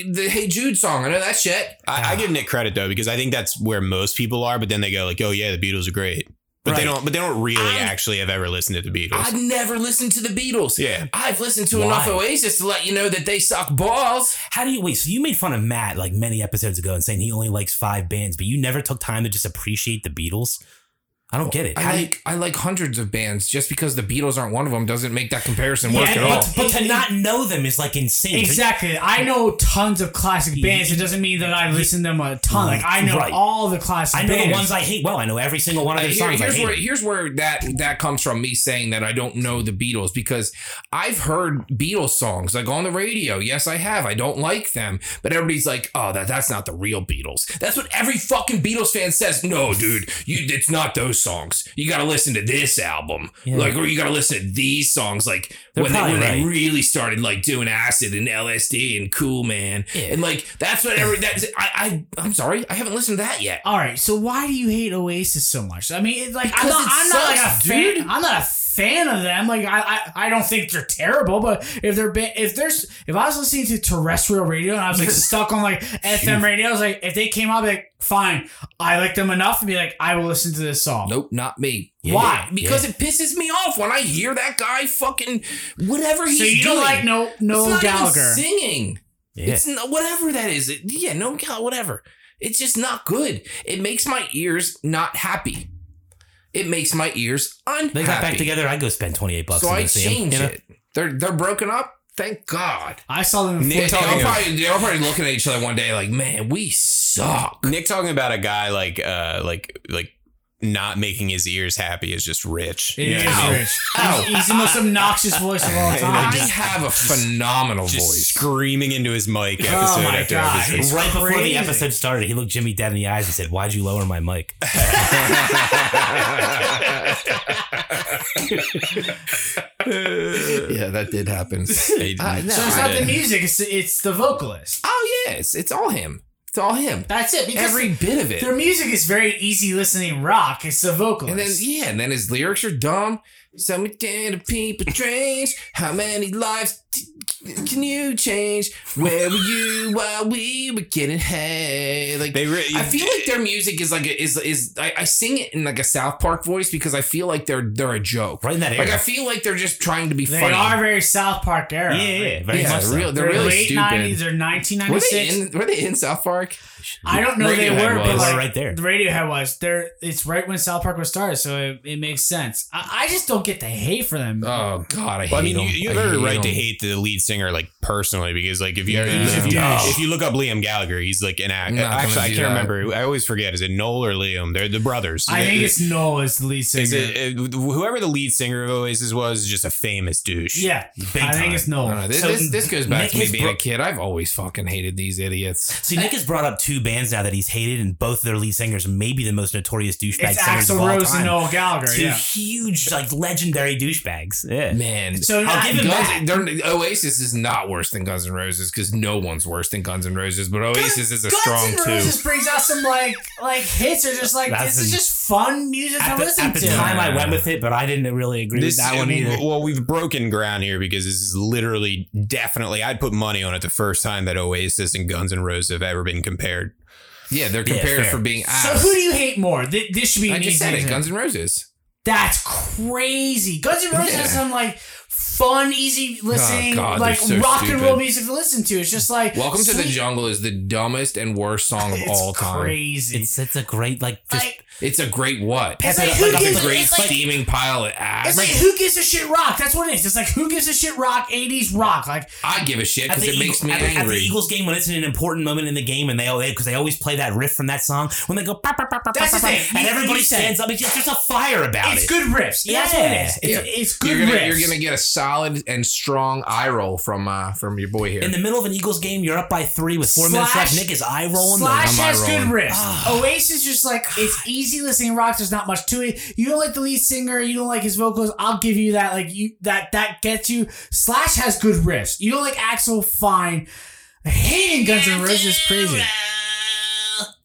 the Hey Jude song. I know that shit.
I, I give Nick credit though because I think that's where most people are, but then they go like, "Oh yeah, the Beatles are great," but they
Right.
don't. But they don't really
I'm-
actually have ever listened to the Beatles.
I've never listened to the Beatles.
Yeah.
I've listened to
Why?
enough Oasis to let you know that they suck balls.
How do you wait? So you made fun of Matt like many episodes ago and saying he only likes five bands, but you never took time to just appreciate the Beatles. I don't get it.
I
How do you-
like I like hundreds of bands. Just because the Beatles aren't one of them doesn't make that comparison work
Yeah,
at
but-
all.
but, but to not know them is like insane.
Exactly. I know tons of classic bands. It doesn't mean that I listen to them a ton. Like I know
Right.
all the classic.
I know
bands.
the ones I hate well. I know every single one of
Uh,
their
here-
songs.
here's
I hate
where here's where that that comes from me saying that I don't know the Beatles because I've heard Beatles songs like on the radio. Yes, I have. I don't like them, but everybody's like, "Oh, that that's not the real Beatles." That's what every fucking Beatles fan says. No, dude, you it's not those songs. You got to listen to this album,
Yeah.
like, or you got to listen to these songs, like
They're
when they when
probably
they
right.
really started like doing acid and LSD and Cool Man,
Yeah.
and like that's what every that's I, I I'm sorry, I haven't listened to that yet.
All right. So why do you hate Oasis so much? I mean, it's like I'm
Because
not,
it
I'm not like a
sucks,
fan.
dude.
I'm not a fan of them. Like I, I, I don't think they're terrible. But if they're ba- if there's if I was listening to terrestrial radio and I was like stuck on like FM radio, I was like if they came out, I'd be like fine. I like them enough to be like I will listen to this song.
Nope, not me.
Yeah,
Why?
yeah.
Because it pisses me off when I hear that guy fucking whatever he's
So you
doing.
don't like no
It's
no
not even
Gallagher.
singing.
it. Yeah.
It's no, whatever that is. It- yeah, no Gallagher, whatever. It's just not good. It makes my ears not happy. It makes my ears unhappy.
They got back together. I go spend twenty eight bucks.
so
and uh,
I
go see 'em,
change
you know?
it. They're they're broken up. Thank God.
I saw them. in
They,
Fort-
they, all probably, they all probably looking at each other one day like, man, we suck.
Nick talking about a guy like uh like like not making his ears happy is just rich.
It is
Ow.
Rich. He's- He's the most obnoxious voice of all
I
time.
have a phenomenal
Just
voice.
screaming into his mic episode
Oh my
after
God.
episode.
It's
right before
crazy.
the episode started, he looked Jimmy dead in the eyes and said, "Why'd you lower my mic?"
yeah, that did happen.
They-
Uh, no,
So it's not
I-
the music. It's it's the vocalist.
oh yes, it's all him. It's all him.
That's it. Because
Every bit of it.
Their music is very easy listening rock. It's the vocalist.
And then yeah, and then his lyrics are dumb. So many kind of people change. How many lives t- can you change? Where were you while we were getting hay? Like
They re-
I feel like their music is like a, is is I, I sing it in like a South Park voice because I feel like they're they're a joke.
Right in that
Like I
area.
feel like they're just trying to be
they
funny.
are very South Park era.
Yeah, yeah, very
yeah,
much.
they're,
so.
real, they're,
They're
really
late
stupid.
90s or
were
1996.
they in were they in South Park?
I don't know they
Radiohead
were, but
was.
like,
Right there.
the Radiohead was. They're, it's right when South Park was started, so it, it makes sense. I, I just don't get the hate for them.
Oh God, I hate
Well, I mean,
them.
you, you
I
have every
hate
right to
them.
hate the lead singer like personally because like if you
Yeah.
if, you,
Yeah.
if you look up Liam Gallagher, he's like an
I'm
act.
not gonna
Actually, I
do
can't
that.
remember. I always forget. Is it Noel or Liam? They're the brothers.
I
They-
think it's Noel is the lead singer.
is it, it- whoever the lead singer of Oasis was is just a famous douche.
yeah, I
time.
think it's
I
Noel.
don't know. This,
So
this, this goes back
Nick
to me
has
being
bro-
a kid. I've always fucking hated these idiots.
See, Nick has brought up two bands now that he's hated, and both their lead singers, maybe the most notorious douchebag
It's
singers of
Axl
all
Rose and
time.
Noel Gallagher.
two
Yeah.
huge, like legendary douchebags. Yeah.
Man,
So
I'll
I-
give him
Guns-
that. They're- Oasis is not worse than Guns N' Roses because no one's worse than Guns N' Roses, but Oasis is a
Guns
strong
N'
two.
Roses brings out some like like hits or just like
That's
this is
an-
just fun music
At
to
the,
listen
at the
to.
time, I went with it, but I didn't really agree
This,
with that one either.
well, we've broken ground here because this is literally, definitely, I'd put money on it the first time that Oasis and Guns N' Roses have ever been compared.
Yeah, they're
Yeah,
compared
fair.
for being
So
ass.
who do you hate more? Th- this should be
I
an
just
easy
said it.
answer.
Guns N' Roses.
That's crazy. Guns N' Roses
Yeah.
has some like fun, easy listening,
God,
like
they're so
rock and roll
stupid.
music to listen to. It's just like
Welcome to the
sweet-
Jungle is the dumbest and worst song of
It's
all time.
Crazy.
It's it's a great like just
like,
It's a great what?
It's
It's,
like, who
a
gives-
great
it's like-
steaming pile of
it's
ass.
like who gives a shit rock? That's what it is. It's like who gives a shit rock? Eighties rock. Like
I give a shit
At
because
the,
it makes
Eagle-
me
at, the- at the
angry.
Eagles game when it's an important moment in the game and they all because they always play that riff from that song when they go "Bah, bah, bah, bah,
That's
bah,
the
bah,"
thing.
and
You-
everybody
you said-
stands up. It's just there's a fire about
it's
it.
good riffs. Yeah. That's what it is. It's,
Yeah.
it's good
You're gonna,
riffs.
you're gonna get a solid and strong eye roll from uh, from your boy here.
In the middle of an Eagles game, you're up by three with four minutes
Slash-
left. Nick is eye Ah, rolling. the-
Slash
am I
has good
rolling? Ah.
riffs. Oasis just like it's easy listening rock. There's not much to it. You don't like the lead singer. You don't like his vocals. I'll give you that. Like you that that gets you. Slash has good riffs. You don't like Axel. Fine. Hating Guns N' Roses is crazy.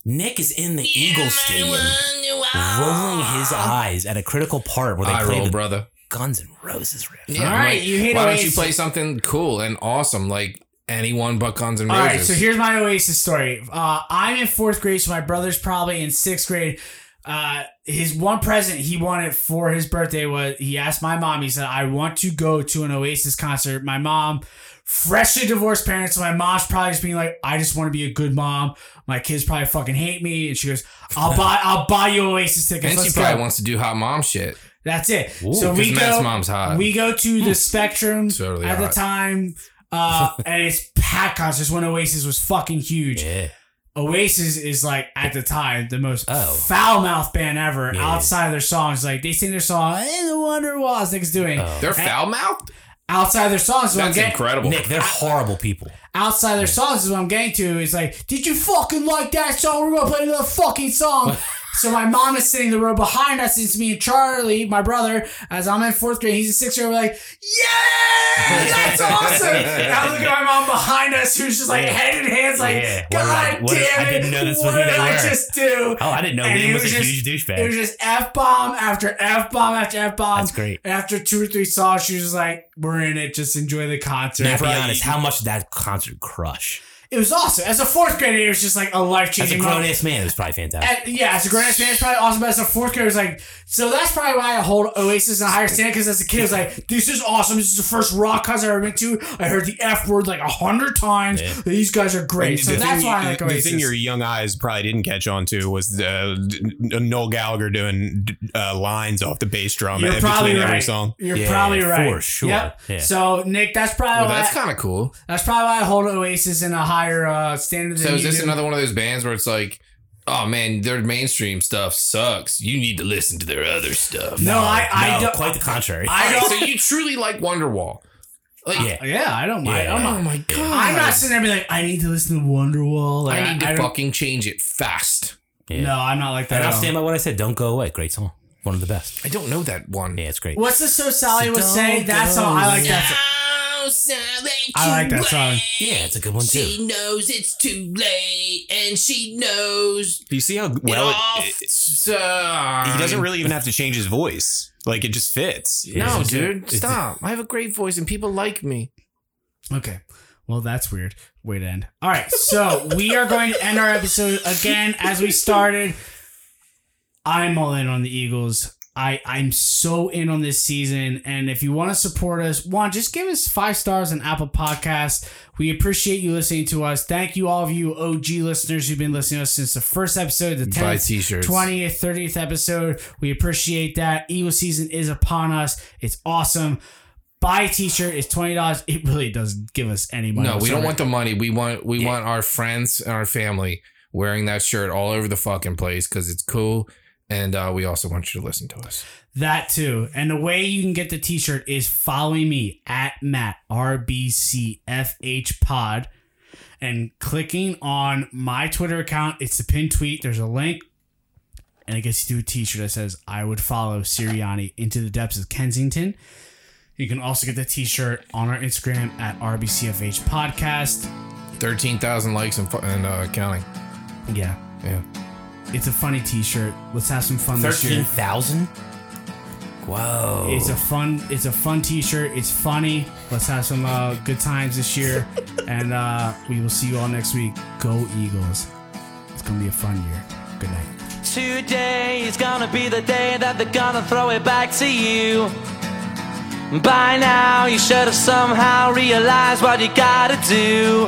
Nick is in the Eagles stadium, rolling his eyes at a critical part where they
eye
play
roll,
the
brother.
Guns and Roses riff.
Yeah,
All
I'm
right,
like,
you hate
Why don't you
Oasis.
play something cool and awesome like anyone but Guns N'
All
Roses?
right, so here's my Oasis story. Uh, I'm in fourth grade, so my brother's probably in sixth grade. Uh, his one present he wanted for his birthday was he asked my mom. He said, "I want to go to an Oasis concert." My mom freshly divorced parents. So my mom's probably just being like, I just want to be a good mom. My kids probably fucking hate me. And she goes, I'll buy, I'll buy you Oasis tickets.
And she
Let's go."
probably wants to do hot mom shit.
That's it. so we
Because
go.
Matt's mom's
Um,
hot.
We go to the Spectrum
Totally
at the
hot.
time, uh, and it's packed concerts when Oasis was fucking huge.
Yeah.
Oasis is like at the time the most
Oh.
foul mouth band ever.
Yeah.
Outside of their songs, like they sing their song "In the Wonder Walls," niggas doing
Oh.
They're foul mouthed?
outside of their songs. Is what I'm
That's
getting,
incredible.
Nick, they're horrible people.
outside of their songs is what I'm getting to. Is like, did you fucking like that song? We're gonna play another fucking song. so my mom is sitting in the row behind us. It's me and Charlie, my brother, as I'm in fourth grade. He's in sixth grade. We're like, yeah, that's awesome. And I look at my mom behind us, who's just like
Yeah.
head in hands, like,
Yeah. What did I-
God
what did- I
damn it,
didn't know this was
what
who
did
they
I
were."
just do?
Oh, I didn't know.
And
Liam
he
was,
was
a
just-
huge
It was
douchebag.
just f bomb after f bomb after f bomb.
That's great.
After two or three songs, she was just like, "We're in it. Just enjoy the concert."
Now, be
Right.
honest, how much did that concert crush?
It was awesome. As a fourth grader, it was just like a life
As a
changing
grown
moment.
ass man, it was probably fantastic.
And, yeah, as a grown ass man, it's probably awesome. But as a fourth grader, it's like so. That's probably why I hold Oasis in a higher standard. Because as a kid, it's like this is awesome. This is the first rock concert I ever went to. I heard the F word like a hundred times. These guys are great. So
the
that's
thing,
why I like
the
Oasis.
thing your young eyes probably didn't catch on to was uh, Noel Gallagher doing uh, lines off the bass drum
You're
in
probably
between
right.
every song.
You're
Yeah,
probably
for
right.
sure.
Yep.
Yeah.
So Nick, that's probably
Well,
why
that's kind of cool.
that's probably why I hold Oasis in a higher uh, standard.
So
than
is
you
this
do.
another one of those bands where it's like, oh man, their mainstream stuff sucks. You need to listen to their other stuff.
No, I I
no,
don't.
quite the contrary.
I
Alright,
don't.
so you truly like Wonderwall. Like,
yeah.
yeah, I don't mind.
Yeah.
I'm not
Oh my god.
I'm not sitting there being like, I need to listen to Wonderwall. Like,
I need to
don't-
fucking change it fast.
Yeah.
No, I'm not like that.
And I'll
at all.
stand by what I said. Don't go away. Great song. One of the best.
I don't know that one.
Yeah, it's great.
What's the so Sally was
Don't
saying? That
go
song. I like that. song.
Oh, Sally,
I like that song.
Yeah, it's a good one too.
She knows it's too late, and she knows.
Do you see how well
well
it,
So-
he doesn't really even have to change his voice? Like it just fits.
No,
It's-
dude,
it's-
stop. I have a great voice and people like me.
Okay. Well, that's weird. Way to end. All right. So we are going to end our episode again as we started. I'm all in on the Eagles. I, I'm so in on this season. And if you want to support us, one, just give us five stars on Apple Podcasts. We appreciate you listening to us. Thank you, all of you OG listeners who've been listening to us since the first episode, the 10th,
Buy t-shirts.
20th, 30th episode. We appreciate that. Eagle season is upon us. It's awesome. Buy a t-shirt. It's $20. It really doesn't give us any money.
No, we
whatsoever.
don't want the money. We want we want our friends and our family wearing that shirt all over the fucking place because it's cool. And uh, we also want you to listen to us.
That too. And the way you can get the t-shirt is following me at Matt RBCFH pod and clicking on my Twitter account. It's the pinned tweet. There's a link. And it gets you to a t-shirt that says, I would follow Sirianni into the depths of Kensington. You can also get the t-shirt on our Instagram at RBCFH podcast.
Thirteen thousand likes and, fu- and uh, counting.
Yeah.
Yeah.
It's a funny t-shirt. Let's have some fun this
Thirteen
year.
thousand. Whoa.
It's a fun. It's a fun T-shirt. It's funny. Let's have some uh, good times this year, and uh, we will see you all next week. Go Eagles! It's gonna be a fun year. Good night.
Today is gonna be the day that they're gonna throw it back to you. By now, you should have somehow realized what you gotta do.